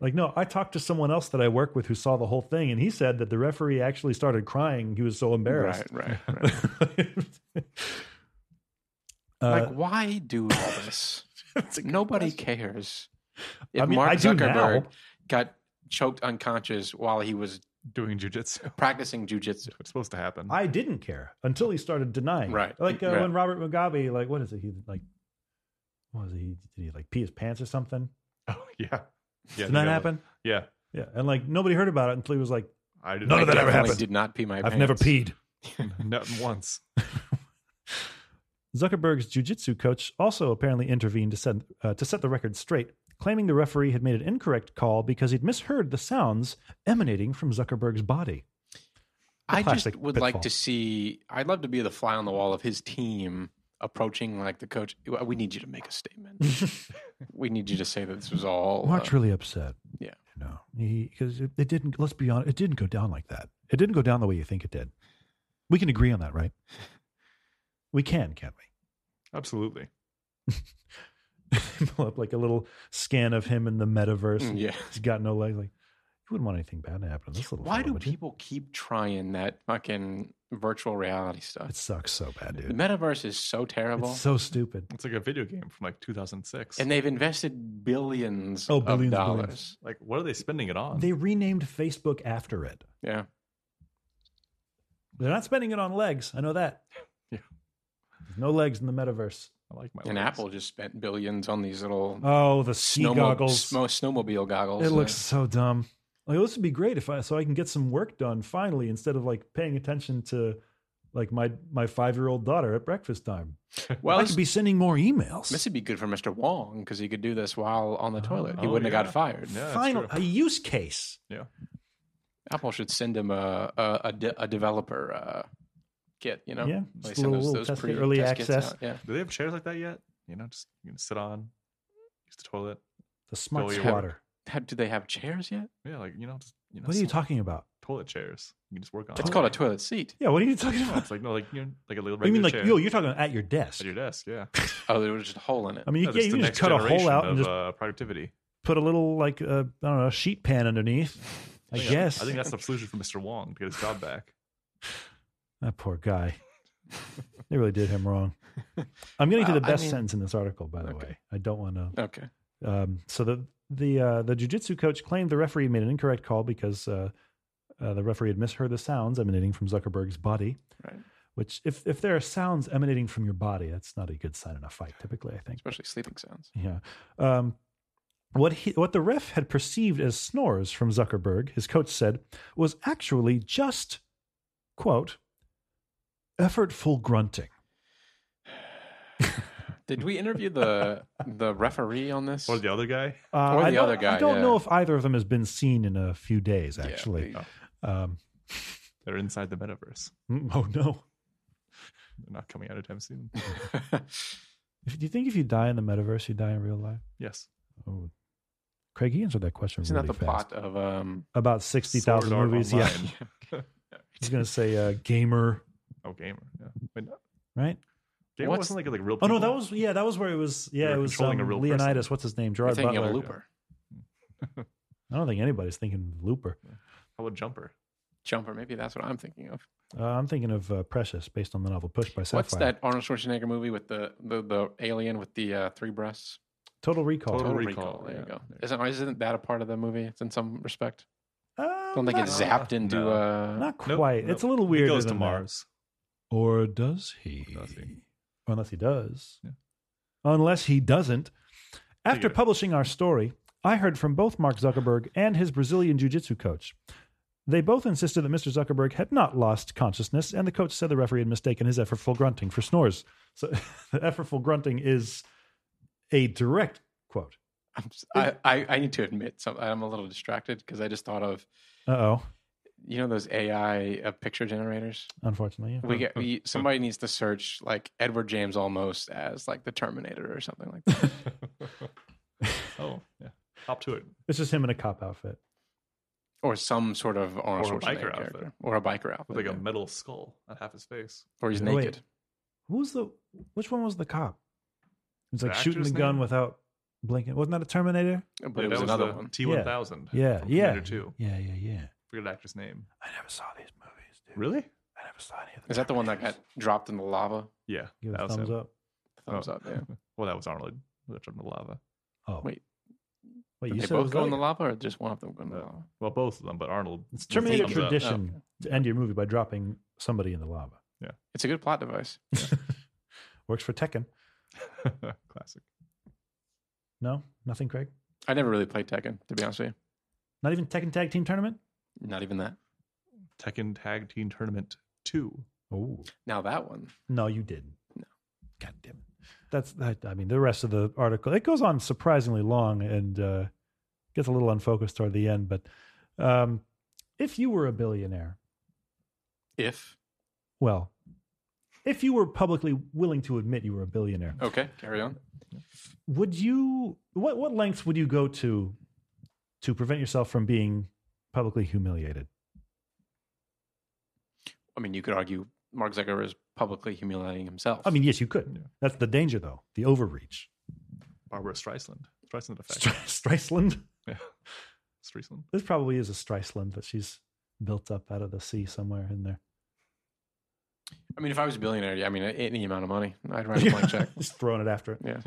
Like, no, I talked to someone else that I work with who saw the whole thing, and he said that the referee actually started crying. He was so embarrassed.
right, right, right. like,
Uh,
why do all this? Nobody cares. If
I mean,
Mark
I do now.
Zuckerberg got choked unconscious while he was
Doing jujitsu.
practicing jujitsu.
It's supposed to happen.
I didn't care until he started denying. it.
Right.
Like uh,
Right.
when Robert Mugabe, like, what is it? He like, what was it? He, did he like pee his pants or something?
oh, yeah. Yeah.
did that
no,
happen?
Yeah.
Yeah. And like nobody heard about it until he was like,
I did
None of
I
that ever
Definitely
happened.
Did not pee my
I've never
pants.
peed.
did- Not once.
Zuckerberg's jiu-jitsu coach also apparently intervened to set, uh, to set the record straight, claiming the referee had made an incorrect call because he'd misheard the sounds emanating from Zuckerberg's body.
I just
plastic
would
pitfall.
like to see. I'd love to be the fly on the wall of his team approaching like the coach. We need you to make a statement. we need you to say that this was all.
Mark's
uh,
really upset.
yeah.
You know, because it, it didn't, let's be honest, it didn't go down like that. It didn't go down the way you think it did. We can agree on that, right? We can, can't we?
Absolutely.
Pull up like a little scan of him in the metaverse.
mm, yeah.
He's got no legs. Like, you wouldn't want anything bad to happen to this little
Why
fella,
do
would you?
people keep trying that fucking virtual reality stuff?
It sucks so bad,
The
dude.
metaverse is so terrible.
It's so stupid.
It's like a video game from like 2006.
and they've invested billions,
Oh, billions,
of dollars.
billions.
like, what are they spending it on?
They renamed Facebook after it.
Yeah.
They're not spending it on legs. I know that.
Yeah.
There's no legs in the metaverse.
I like my.
And
legs.
Apple just spent billions on these little
Oh, the ski
snowmo-
goggles.
smo- snowmobile goggles.
It
uh,
looks so dumb. Like this would be great if I so I can get some work done finally instead of like paying attention to like my my five year old daughter at breakfast time.
well,
I could be sending more emails.
This would be good for Mr. Wong because he could do this while on the toilet. He
oh,
wouldn't have
yeah.
got fired.
Yeah, that's
Final
true.
a use case.
Apple should send him a a, a, de- a developer uh, kit. You know,
Yeah,
They
just a
send
little- little test-
pre-
early
test kits
access.
out, Yeah,
Do they have chairs like that yet? You know, just you can sit on, use the toilet.
The smart
Fill your
squatter.
Have, do they have chairs yet?
Yeah, like you know, just, you know
What are you
some
talking about?
toilet chairs. You can just work on.
It's
it.
called a toilet seat.
Oh, Yeah, what are you talking
No,
about?
it's like no, like you know, like a little regular
You mean like
chair
yo? You're talking at your desk.
at your desk. Yeah,
Oh, there was just a hole in it.
I mean, you,
No,
yeah,
that's
you
the
can just
next
cut a hole
generation
out and
of,
just
uh, productivity.
put a little like uh, I don't know sheet pan underneath. I
think-
guess.
I think that's the solution for Mr. Wong to get his job back.
That poor guy. they really did him wrong. I'm getting to
Well,
the
I
best
mean-
sentence in this article, by the
Okay.
way. I don't want to.
Okay.
Um, so the the uh, the jujitsu coach claimed the referee made an incorrect call because uh, uh, the referee had misheard the sounds emanating from Zuckerberg's body.
Right.
Which, if if there are sounds emanating from your body, that's not a good sign in a fight. Typically, I think.
Especially sleeping sounds.
Yeah. Um, what he, what the ref had perceived as snores from Zuckerberg, his coach said, was actually just quote effortful grunting.
Did we interview the the referee on this?
Or the other guy.
Uh,
Or
I
the
don't-
other guy,
I don't
yeah.
know if either of them has been seen in a few days.
Yeah,
Actually,
the-
um,
They're inside the metaverse.
mm, oh no.
They're not coming out anytime soon.
If, do you think if you die in the metaverse, you die in real life?
Yes.
Oh, Craig, he answered that question
Isn't
really
that the
fast.
plot of um?
About sixty thousand
Sword Art
movies. Yeah,
Online.
he's gonna say uh, gamer,
Oh, gamer. Yeah. Wait, no,
right?
gamer
What's-
wasn't like a like real.
Oh no,
people?
that was yeah, that was where it was yeah,
You're
it was um,
controlling a real
Leonidas. What's his name?
You're
Gerard
thinking of
Butler.
Looper,
I don't think anybody's thinking of Looper.
How about Jumper?
Jumper. Maybe that's what I'm thinking of.
Uh, I'm thinking of uh, Precious, based on the novel Push by Sapphire.
What's that Arnold Schwarzenegger movie with the the, the alien with the uh, three breasts?
Total Recall.
Total- Recall,
There
yeah.
you go. Isn't isn't that a part of the movie? It's in some respect.
Uh,
Don't they get
not-
it's-
zapped into
no.
uh
Not
Nope,
quite.
nope.
It's a little
He
weird.
goes to Mars.
or does he?
Does he?
Unless he does.
Yeah.
Unless he doesn't. After
Figure it.
publishing our story, I heard from both Mark Zuckerberg and his Brazilian jiu jitsu coach. They both insisted that Mr. Zuckerberg had not lost consciousness, and the coach said the referee had mistaken his effortful grunting for snores. So the effortful grunting is a direct quote.
I'm, s- I, I- I need to admit some, I'm a little distracted because I just thought of
Uh oh.
you know those AI uh, picture generators.
Unfortunately. Yeah.
We get we, somebody needs to search like Edward James almost as like the Terminator or something like that.
oh, yeah. Hop to it.
It's just him in a cop outfit.
or some sort of Arnold
Or a biker
Schwarzenegger
outfit.
character or a biker outfit,
With like a
yeah.
metal skull on half his face.
or he's
Oh, wait.
naked.
Who's the which one was the cop? It's
The
like shooting the
actor's
gun
name?
without blinking. Wasn't that a Terminator?
But
Yeah,
it was,
that
another
the
one.
T1000.
Yeah,
from
yeah,
Commander 2.
yeah, yeah, yeah.
Forget the actor's name.
I never saw these movies, dude.
Really?
I never saw any of them.
Is that the one that got dropped in the lava?
Yeah.
Give a
that was
thumbs
him.
up.
Thumbs
Oh.
up. Yeah.
Well, that was Arnold. That jumped in the lava.
Oh
Wait.
wait,
Did
you
they
said it
both
was
go in the
later?
lava, or just one of them go in the
No.
lava?
Well, both of them, but Arnold.
It's
was
Terminator
thumbs up.
tradition to end your movie by dropping somebody in the lava.
It's a good plot device.
Works for Tekken.
Classic.
No, nothing, Craig.
I never really played Tekken, to be honest with
Not even Tekken Tag Team Tournament.
you. Not even that.
Tekken Tag Team Tournament 2.
Oh
Now that one.
no, you didn't. No, god damn it. That's that, I mean the rest of the article. It goes on surprisingly long and uh, gets a little unfocused toward the end. But um, if you were a billionaire,
If
well, if you were publicly willing to admit you were a billionaire,
okay, carry on.
would you what what lengths would you go to to prevent yourself from being publicly humiliated
I mean, you could argue Mark Zuckerberg is publicly humiliating himself.
i mean yes you could
Yeah.
that's the danger though the overreach
Barbara Streisand. Streisand effect.
Stri- streisand
yeah. Streisand.
this probably is a streisand that she's built up out of the sea somewhere in there
I mean, if I was a billionaire, yeah, I mean, any amount of money, I'd write a blank check.
just throwing it after it
Yeah.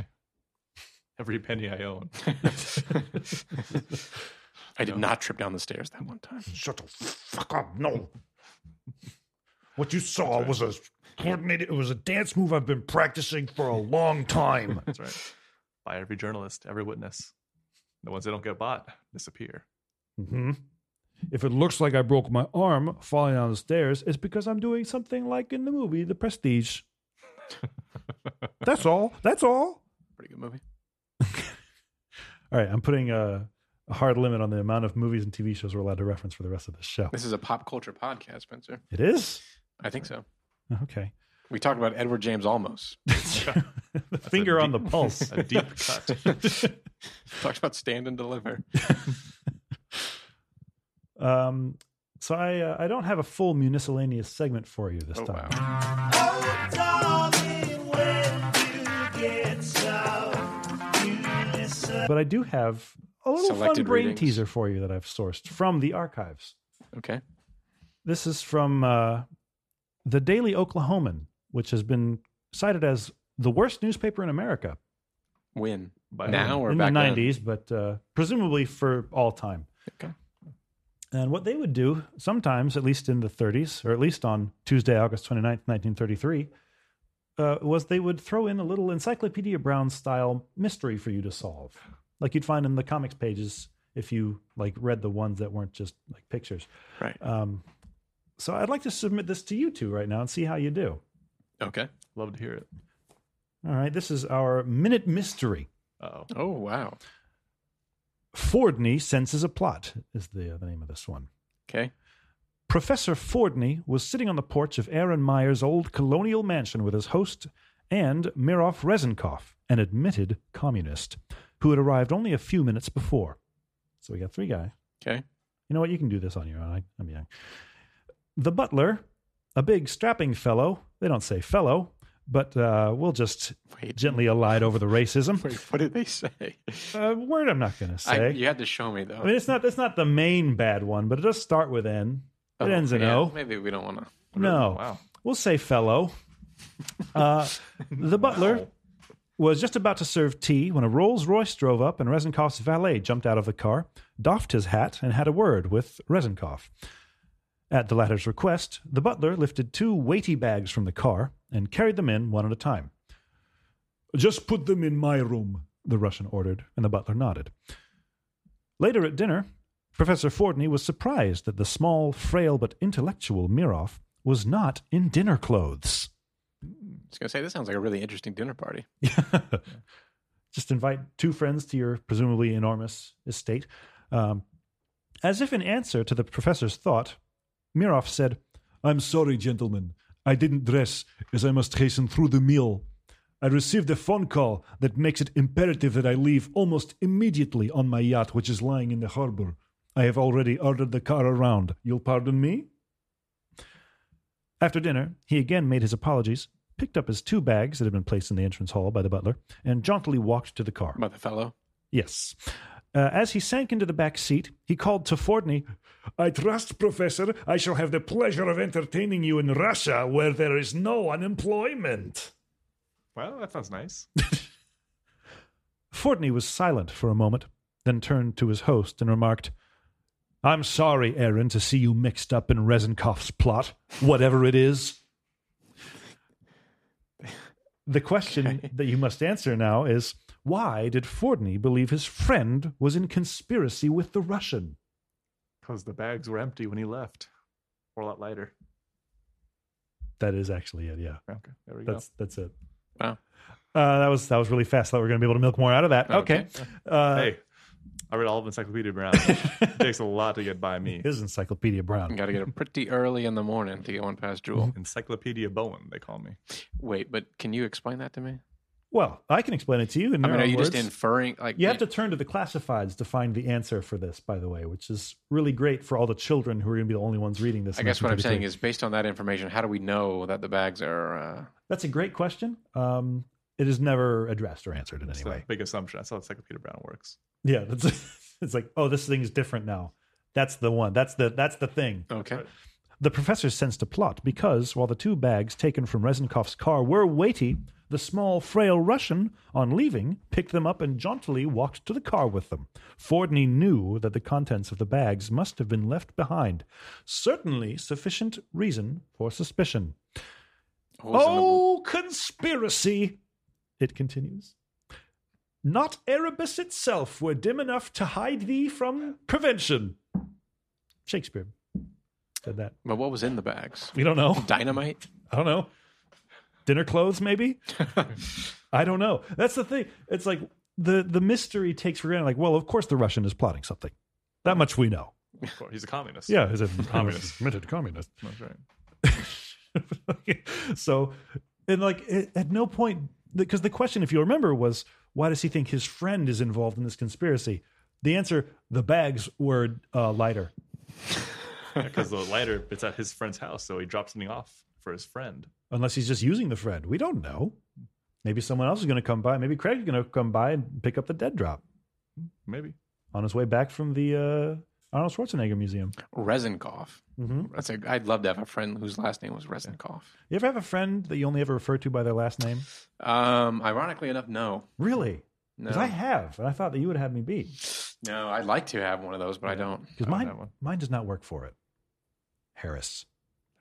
Every penny I own.
I did not trip down the stairs that one time.
shut the fuck up no what you saw
That's
was a coordinated it was a dance move i've been practicing for a long time
That's right. By every journalist, every witness. The ones that don't get bought disappear.
hmm If it looks like I broke my arm falling down the stairs, it's because I'm doing something like in the movie The Prestige. That's all. That's all.
Pretty good movie.
All right, I'm putting a, a hard limit on the amount of movies and TV shows we're allowed to reference for the rest of this show.
This is a pop culture podcast, Spencer.
It is
I think so.
okay.
We talked about Edward James Olmos.
Finger
a
on the pulse.
A deep cut.
talked about Stand and Deliver.
Um, so I uh, I don't have a full miscellaneous segment for you this
Oh,
time.
wow.
But I do have a little fun
Selected
brain
readings.
teaser for you that I've sourced from the archives.
Okay.
This is from uh, the Daily Oklahoman, which has been cited as the worst newspaper in America
When?
By
Now or
in the
back then?
90s, but uh, presumably for all time.
Okay.
And what they would do sometimes, at least in the 30s, or at least on Tuesday, August 29th, 1933, uh, was they would throw in a little Encyclopedia Brown style mystery for you to solve. Like you'd find in the comics pages if you like read the ones that weren't just like pictures.
Right.
Um, so I'd like to submit this to you two right now and see how you do.
Okay.
Love to hear it.
All right, this is our minute mystery.
Oh,
Oh wow.
Fordney senses a plot is the, uh, the name of this one.
Okay.
Professor Fordney was sitting on the porch of Aaron Meyer's old colonial mansion with his host and Mirov Reznikoff, an admitted communist, who had arrived only a few minutes before. So we got three guys.
Okay.
You know what? You can do this on your own. I, I'm young. The butler, a big strapping fellow. They don't say fellow, but uh, we'll just
Wait.
gently allied over the racism.
Wait. What did they say?
A word I'm not going to
I,
say.
you had to show me though.
I mean, it's not that's not the main bad one, but it does start with N. It
Oh,
ends in
yeah,
O.
Maybe we don't want to.
No.
Wow.
We'll say fellow. Uh, the butler was just about to serve tea when a Rolls Royce drove up and Reznikoff's valet jumped out of the car, doffed his hat, and had a word with Reznikoff. At the latter's request, the butler lifted two weighty bags from the car and carried them in one at a time. Just put them in my room, the Russian ordered, and the butler nodded. Later at dinner, Professor Fordney was surprised that the small, frail, but intellectual Mirov was not in dinner clothes.
I was gonna say this sounds like a really interesting dinner party.
Just invite two friends to your presumably enormous estate. Um, as if in answer to the professor's thought, Mirov said, I'm sorry, gentlemen. I didn't dress, as I must hasten through the meal. I received a phone call that makes it imperative that I leave almost immediately on my yacht, which is lying in the harbor. I have already ordered the car around. You'll pardon me? After dinner, he again made his apologies, picked up his two bags that had been placed in the entrance hall by the butler, and jauntily walked to the car.
About the fellow.
Yes. Uh, as he sank into the back seat, he called to Fordney, I trust, Professor, I shall have the pleasure of entertaining you in Russia where there is no unemployment.
Well, that sounds nice.
Fortney was silent for a moment, then turned to his host and remarked, I'm sorry, Aaron, to see you mixed up in Reznikoff's plot, whatever it is. The question that you must answer now is why did Fordney believe his friend was in conspiracy with the Russian?
Because the bags were empty when he left, or a lot lighter.
That is actually it, yeah.
Okay, there we
That's that's it.
Wow. Oh,
Uh, that was that was really fast. Thought we were going to be able to milk more out of that. Okay.
Okay.
Uh,
go. Hey, I read all of Encyclopedia Brown. it takes a lot to get by me.
His Encyclopedia Brown.
You got to get up pretty early in the morning to get one past Jewel.
Encyclopedia Bowen, they call me.
Mm-hmm.
Wait, but can you explain that to me?
Well, I can explain it to you. In
I
your
mean, are
own
you
words.
just inferring? Like
You have to turn to the classifieds to find the answer for this, by the way, which is really great for all the children who are going to be the only ones reading this.
I
in
guess what I'm
1933.
saying is, based on that information, how do we know that the bags are? Uh,
that's a great question. Um, it is never addressed or answered in
That's
any
the
way.
big assumption. That's how Encyclopedia Brown works.
Yeah, that's, it's like, oh, this thing is different now. That's the one. That's the that's the thing.
uh, okay.
The professor sensed a plot because while the two bags taken from Reznikoff's car were weighty, the small, frail Russian, on leaving, picked them up and jauntily walked to the car with them. Fordney knew that the contents of the bags must have been left behind. Certainly sufficient reason for suspicion.
Holes in the-
Oh, conspiracy! It continues. Not Erebus itself were dim enough to hide thee from prevention. Shakespeare said that.
But what was in the bags?
We don't know.
Dynamite.
I don't know. Dinner clothes, maybe. I don't know. That's the thing. It's like the the mystery takes for granted. Like, well, of course the Russian is plotting something. That much we know.
Of course, He's a communist.
Yeah, is it
Communist.
communist? Admitted communist.
That's right.
so, and like at at no point, because the question, if you remember, was why does he think his friend is involved in this conspiracy? The answer: the bags were uh, lighter.
because the lighter it's at his friend's house, so he dropped something off for his friend.
Unless he's just using the friend, we don't know. Maybe someone else is going to come by. Maybe Craig's going to come by and pick up the dead drop
Maybe
on his way back from the uh, Arnold Schwarzenegger Museum.
Reznikoff.
Mm-hmm.
That's a, I'd love to have a friend whose last name was Reznikoff.
You ever have a friend that you only ever refer to by their last name?
Um, ironically enough, no,
Really?
no,
Because I have, and I thought that you would have me beat.
no. I'd like to have one of those, but I don't.
Because
I don't
mine,
have one.
mine does not work for it. Harris,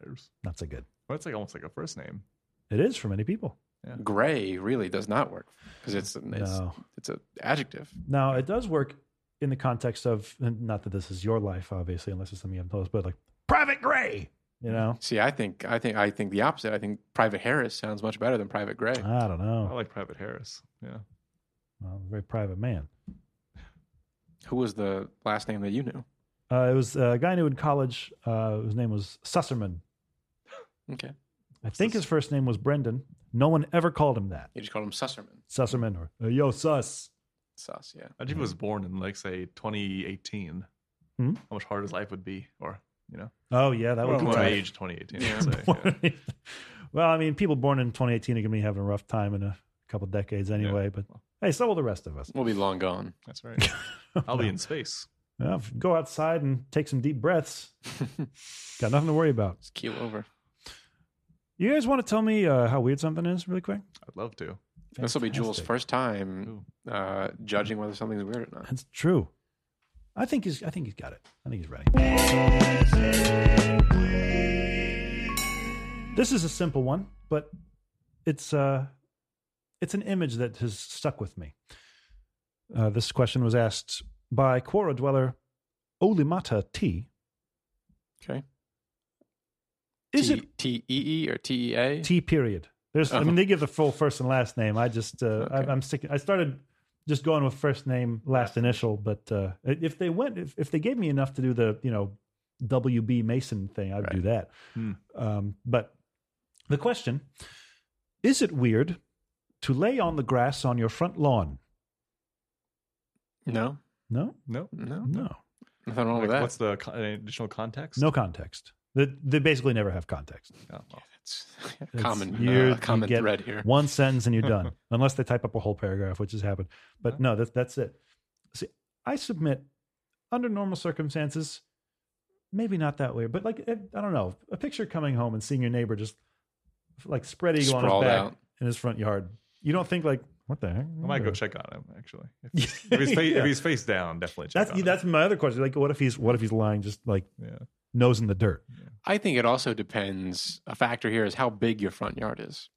There's-
not so good.
Well, it's like almost like a first name.
It is for many people.
Gray really does not work because it's it's,
No,
it's an adjective.
now it does work in the context of and not that this is your life, obviously, unless it's something you haven't told us, but like Private Gray. You know,
See, I think I think I think the opposite. I think Private Harris sounds much better than Private Gray.
I don't
I
know.
like Private Harris. Yeah,
Well, I'm a very private man.
Who was the last name that you knew?
Uh, it was a guy I knew in college uh, whose name was Susserman.
Okay,
I think his first name was Brendan. No one ever called him that.
you just called him Susserman.
Susserman or uh, Yo Sus.
Sus, yeah.
imagine if he was born in like say 2018.
Mm-hmm. Hmm?
How much harder his life would be, or you know,
Oh yeah, that would
well,
be
Well,
tough.
right.
age 2018.
Yeah.
I'd say, yeah.
well, I mean, people born in 2018 are going to be having a rough time in a couple decades anyway. But hey, so will the rest of us.
We'll be long gone.
That's right. I'll be in space.
Well, go outside and take some deep breaths. Got nothing to worry about.
Just keel over.
You guys want to tell me uh, how weird something is, really quick?
I'd love to.
This will be Jules'
Fantastic.
first time uh, judging whether something's weird or not.
That's true. I think he's. I think he's got it. I think he's ready. This is a simple one, but it's uh, it's an image that has stuck with me. Uh, this question was asked by Quora dweller Olimata T.
Okay.
Is
T-
it
T E E or T E A?
T period? There's. I
Oh.
mean, they give the full first and last name. I just. Uh,
Okay.
I, I'm sticking. I started just going with first name, last initial. But uh, if they went, if, if they gave me enough to do the, you know, WB Mason thing, I'd do that.
Hmm.
Um, but the question is: It weird to lay on the grass on your front lawn? E
No,
No,
No.
no,
no,
nothing wrong
Like,
with that.
what's the con- any additional context?
no context. They, they basically never have context.
Oh, well,
It's
It's
a common,
weird
uh,
you
common
get
thread here.
one sentence and you're done, unless they type up a whole paragraph, which has happened. But no, that's that's it. See, I submit under normal circumstances, maybe not that weird, but like eh, I don't know, a picture coming home and seeing your neighbor just like spread eagle on his
Sprawled
back
out.
in his front yard. You don't think like what the heck?
I might go check on him actually. If,
Mm. Yeah.
if, he's, fa- if he's face down, definitely check.
that's
on him.
that's my other question. Like, what if he's what if he's lying just like
yeah.
nose in the dirt?
I think it also depends. A factor here is how big your front yard is.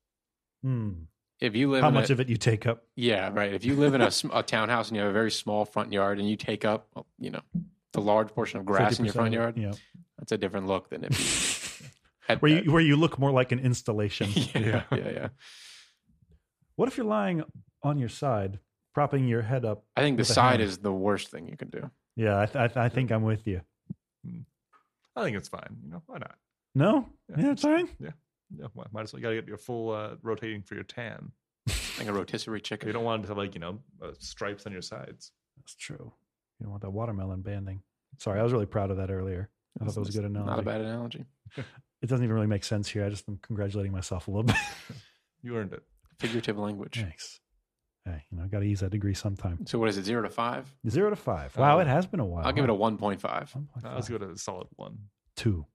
Hmm.
If you live
How
in
much
a,
of it you take up?
yeah, right. If you live in a, sm- a townhouse and you have a very small front yard and you take up, you know, the large portion of grass in your
50%
front
of it?
yard,
Yeah.
that's a different look than if you. had
Where
that.
you where you look more like an installation.
yeah,
Yeah.
yeah, yeah.
What if you're lying on your side, propping your head up?
I think the
With a
side
hammer.
is the worst thing you can do.
Yeah, I, th- I, th- I think I'm with you.
I think it's fine. You know why not?
No,
Yeah.
yeah, it's all right.
Yeah, why- might as well. You gotta get your full uh, rotating for your tan.
Like a rotisserie
You
chicken.
don't want it to have like you know uh, stripes on your sides.
That's true. You don't want that watermelon banding. Sorry, I was really proud of that earlier. I thought that was a good
Not
analogy.
a bad analogy.
It doesn't even really make sense here. I just am congratulating myself a little bit.
You earned it.
Figurative language.
Thanks. Hey, you know, I got to use that degree sometime.
So what is it? Zero to five?
Zero to five. Wow,
Uh,
it has been a while.
I'll give it a one point five.
Uh, let's go to a solid one.
two.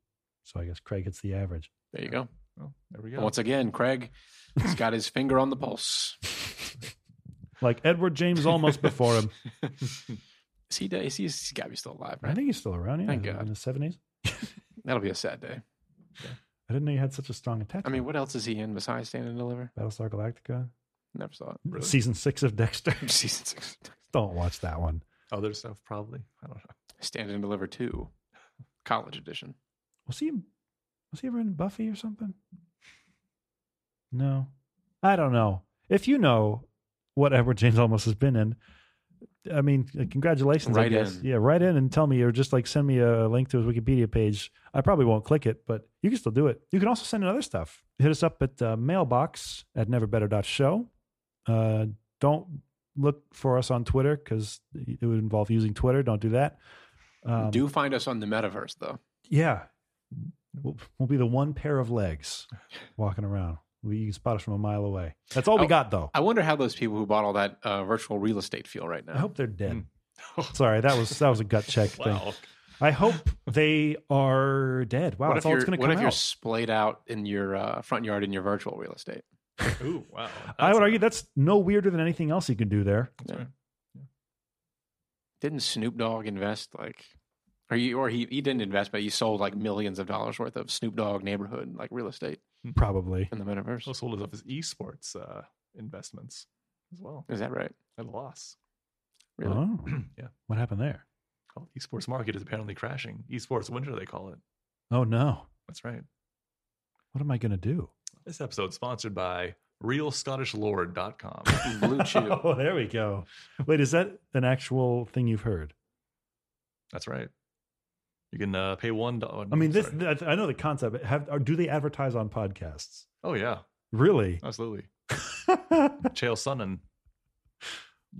So I guess Craig hits the average.
There you go.
Well, there we
And
go.
Once again, Craig has got his finger on the pulse.
Like Edward James almost before him.
Is he? Is he? He's got to be still alive,
I
right?
think he's still around. Yeah,
Thank
in
God.
the seventies.
That'll be a sad day.
I didn't know you had such a strong attachment.
I mean, what else is he in besides Stand and Deliver?
Battlestar Galactica,
Never saw it.
Really?
season six of Dexter.
Season six,
Don't watch that one.
other stuff probably. I don't know.
Stand and Deliver two, college edition.
Was he was he ever in Buffy or something? No. I don't know. If you know what Edward James almost has been in, I mean, uh, congratulations. I
Write
guess.
in.
Yeah, write in and tell me, or just like send me a link to his Wikipedia page. I probably won't click it, but you can still do it. You can also send in other stuff. Hit us up at uh, mailbox at neverbetter.show. Uh, don't look for us on Twitter because it would involve using Twitter. Don't do that. Um,
Do find us on the metaverse, though.
yeah. We'll, we'll be the one pair of legs walking around. We, you can spot us from a mile away. That's all we
Oh,
got, though.
I wonder how those people who bought all that uh, virtual real estate feel right
I
now.
hope they're dead.
Mm.
Sorry, that was that was a gut check thing.
Wow.
I hope they are dead. Wow,
what
that's
if
all
you're,
it's going to
what
come
if you're
out.
splayed out in your uh, front yard in your virtual real estate?
Ooh, wow.
I
That's
would
a-
argue that's no weirder than anything else you can do there.
that's right.
Didn't Snoop Dogg invest like, or he or he, he didn't invest, but he sold like millions of dollars worth of Snoop Dogg neighborhood like real estate
Probably.
in the metaverse?
Also sold us up his esports uh, investments as well
Is that right?
at a loss.
Really?
Oh,
yeah.
What happened there?
Oh, the esports market is apparently crashing. Esports winter, they call it.
Oh no.
That's right.
What am I going to do?
This episode's sponsored by realscottishlord.com.
Blue Chew.
Oh, there we go. Wait, is that an actual thing you've heard?
That's right. You can uh, pay one dollar.
I mean, this
sorry.
th- I know the concept. but Have or do they advertise on podcasts?
Oh yeah,
Really?
absolutely.
what?
Chael Sonnen,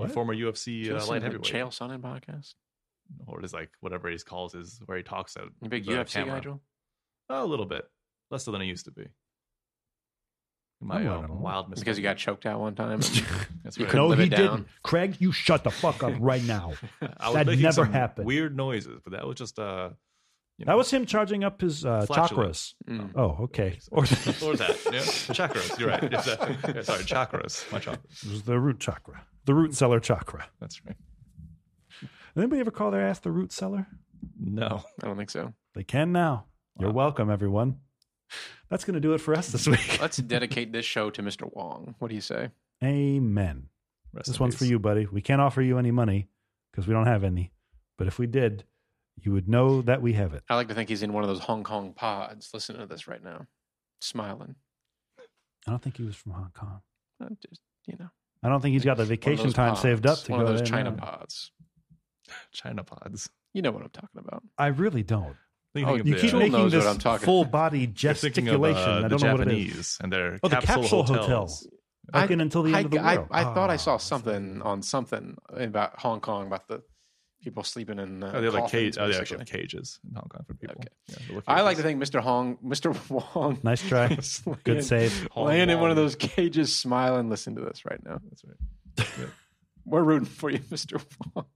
a former UFC
Did you
uh,
listen
light
to the
heavyweight,
Chael Sonnen podcast?
or it is like whatever he calls his where he talks at
You big
uh,
the
UFC
camera.
guy, Joel?
Oh, a little bit less so than I used to be. In my
Oh.
uh, wild
It's because you got choked out one time.
That's
you
right.
couldn't
No,
live
he
it down.
didn't. Craig, you shut the fuck up right now.
I was
That
making
never
some
happened.
Weird noises, but that was just uh, you know,
That was him charging up his uh,
Flatulence.
chakras.
Mm.
Oh, okay.
or, or that. Yeah, chakras. You're right. Yeah, that- yeah, sorry, chakras. My chakras.
It was the root chakra, the root cellar chakra.
That's right.
Did anybody ever call their ass the root cellar?
No.
I don't think so.
They can now. You're welcome, everyone. That's going to do it for us this week.
Let's dedicate this show to Mr. Wong. What do you say?
Amen.
Rest
This
in
one's for
peace.
you, buddy. We can't offer you any money because we don't have any. But if we did, you would know that we have it.
I like to think he's in one of those Hong Kong pods listening to this right now, smiling.
I don't think he was from Hong Kong.
Uh, Just, you know,
I don't think he's got the
one of
vacation
those
time
pods,
saved up to
one
go
of those
there
China
now.
pods.
China pods.
You know what I'm talking about.
I really don't.
Think-
Oh,
think of
You
Yeah.
keep
Joel
making
knows what
this
I'm talking-
full body
you're thinking of,
gesticulation.
uh,
I
the
don't know what it
Japanese
is.
and their
Oh, the
capsule,
capsule
hotels.
hotels.
I-
Back in until the
I,
end of the
I,
world.
I thought I
Ah,
saw
that's
something on something about Hong Kong about the people sleeping in. Uh,
Oh, they have like cage,
coffins,
oh, they actually
basically.
have cages in Hong Kong for people.
Okay.
Yeah, they look
I like to
cages.
think Mr. Hong, Mr. Wong,
Nice try.
is laying-
Good save.
Hong
Laying in one of
Kong.
those cages, smiling. Listen to this right now.
That's right.
We're rooting for you, Mr. Wong.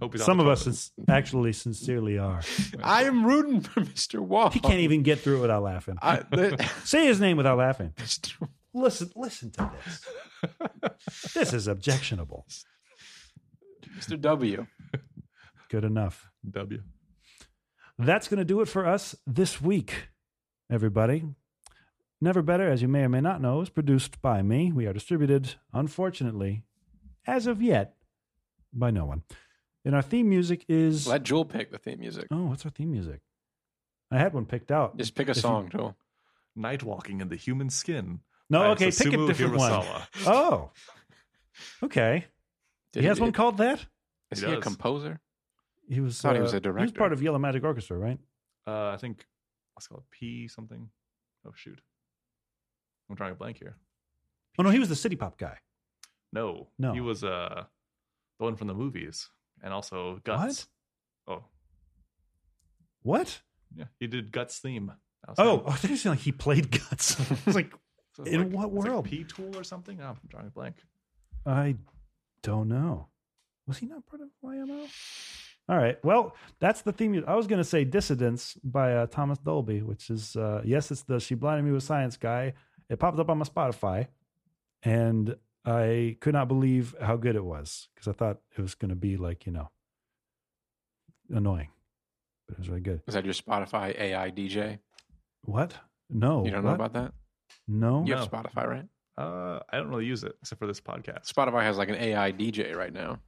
Hope he's on
Some
the
of us
toilet.
is actually sincerely are.
I am rooting for Mr. Wong.
He can't even get through it without laughing.
I, the,
Say his name without laughing.
Mr.
Listen, listen to this. This is objectionable.
Mr. W.
Good enough.
W.
That's going to do it for us this week, everybody. Never Better, as you may or may not know, is produced by me. We are distributed, unfortunately, as of yet, by no one. And our theme music is.
Let Jewel pick the theme music.
Oh, what's our theme music? I had one picked out.
Just pick a
If you-
song, Joel.
Night walking in the human skin.
No,
By
okay, pick a
Susumu
different one.
Hirasawa.
Oh, okay.
Did
he has one called that.
Is
He
he a
does.
composer?
He was. uh,
Thought he was a
He was
director.
part of Yellow Magic Orchestra, right?
Uh, I think what's it called P something. Oh shoot, I'm drawing a blank here.
Oh no, he was the city pop guy.
No,
No.
he was uh the one from the movies and also guts. Oh
What?
yeah, he did guts theme. That was
Oh,
him.
oh I think like he played guts. I was like,
So it's
in what
it's
world?
P tool or something? Oh, I'm drawing a blank.
I don't know. Was he not part of YMO? All right. Well, that's the theme. I was going to say Dissidents by uh, Thomas Dolby, which is, uh, yes, it's the She Blinded Me with Science guy. It popped up on my Spotify, and I could not believe how good it was because I thought it was going to be like, you know, annoying, but it was really good.
Is that your Spotify AI DJ?
What? No.
you don't know
Oh, what?
about that?
No.
You have
Oh, No.
Spotify, right?
Uh, I don't really use it except for this podcast.
Spotify has like an AI DJ right now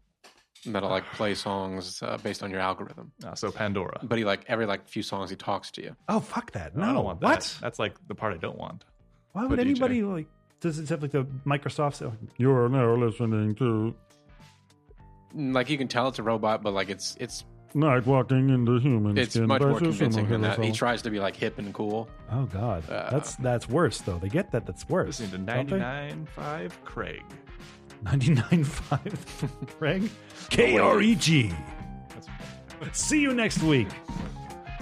that'll like play songs uh, based on your algorithm.
Uh, so Pandora.
But he like every like few songs he talks to you.
Oh, fuck that. No.
I don't want that.
what?
That's like the part I don't want.
Why would
But DJ.
anybody like? Does it have like the Microsoft? You're now listening to
Mm, like you can tell it's a robot, but like it's it's
Like walking into human
it's
skin
much more
versus
convincing than
someone
that. He
else.
tries to be like hip and cool.
Oh god,
Uh,
that's that's worse though. They get that. That's worse.
Listen to
don't they?
99.5 Craig.
99.5 Craig. K R E G.
That's
See you next week.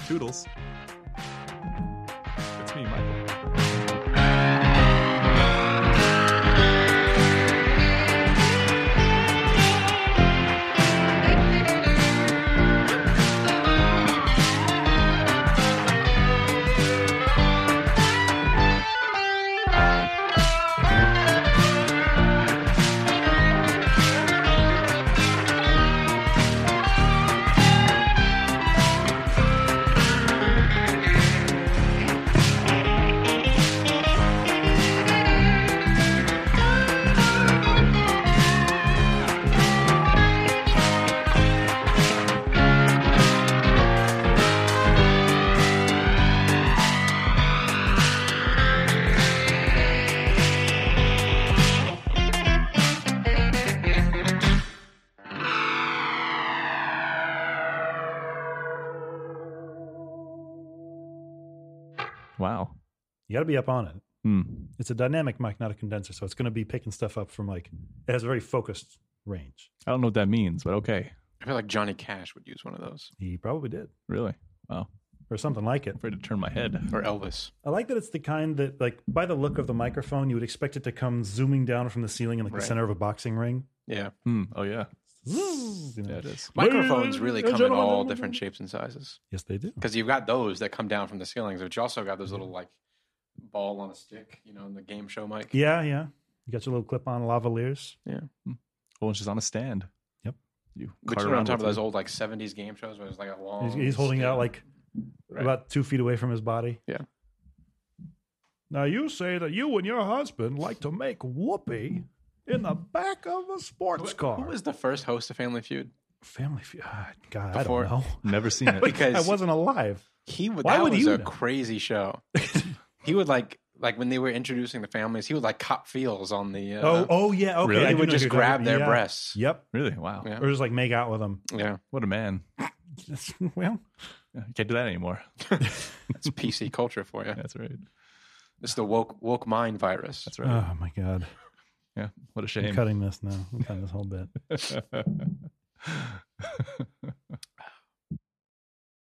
Toodles. It's me, Michael. Wow.
You got to be up on it.
Hmm.
It's a dynamic mic, not a condenser, so it's going to be picking stuff up from like it has a very focused range.
I don't know what that means, but okay.
I feel like Johnny Cash would use one of those
He probably did,
Really? Wow.
or something like it.
I'm afraid to turn my head.
or Elvis.
I like that it's the kind that, like, by the look of the microphone, you would expect it to come zooming down from the ceiling in like
Right.
the center of a boxing ring.
Yeah,
Hmm. Oh, yeah.
Zzz, you know.
Yeah, it is.
microphones really
Ladies
come
and
in
gentlemen,
all
gentlemen.
different shapes and sizes
Yes, they do.
because you've got those that come down from the ceilings, but you also got
Mm-hmm.
those little like ball on a stick, you know, in the game show mic.
Yeah, yeah. You got your little clip-on lavaliers.
Well, it's just Oh, on a stand.
Yep.
You
But
cart
you know, on
around
top of
with
those
it.
old like '70s game shows where it's like a long.
He's, he's holding it out
stick.
like
Right.
about two feet away from his body.
Yeah.
Now you say that you and your husband like to make whoopee in the back of a sports car.
Who was the first host of Family Feud?
Family Feud? Ah, God,
Before-
I don't know.
Never seen it.
Because
I wasn't alive.
He would.
Why
that
would
was
you
a
know?
crazy show. he would like like when they were introducing the families. He would like cop feels on the. Uh,
oh, oh yeah. Okay.
Really?
I
they
do
would
know
just
who-
grab their
yeah.
breasts.
Yep.
Really? Wow.
Yeah.
Or just like make out with them.
Yeah,
What a man.
well,
Yeah, You can't do that anymore.
it's PC culture for you.
That's right.
It's the woke woke mind virus.
That's right.
oh my God.
yeah. What a
I'm
shame.
cutting this now. I'm cutting this whole bit.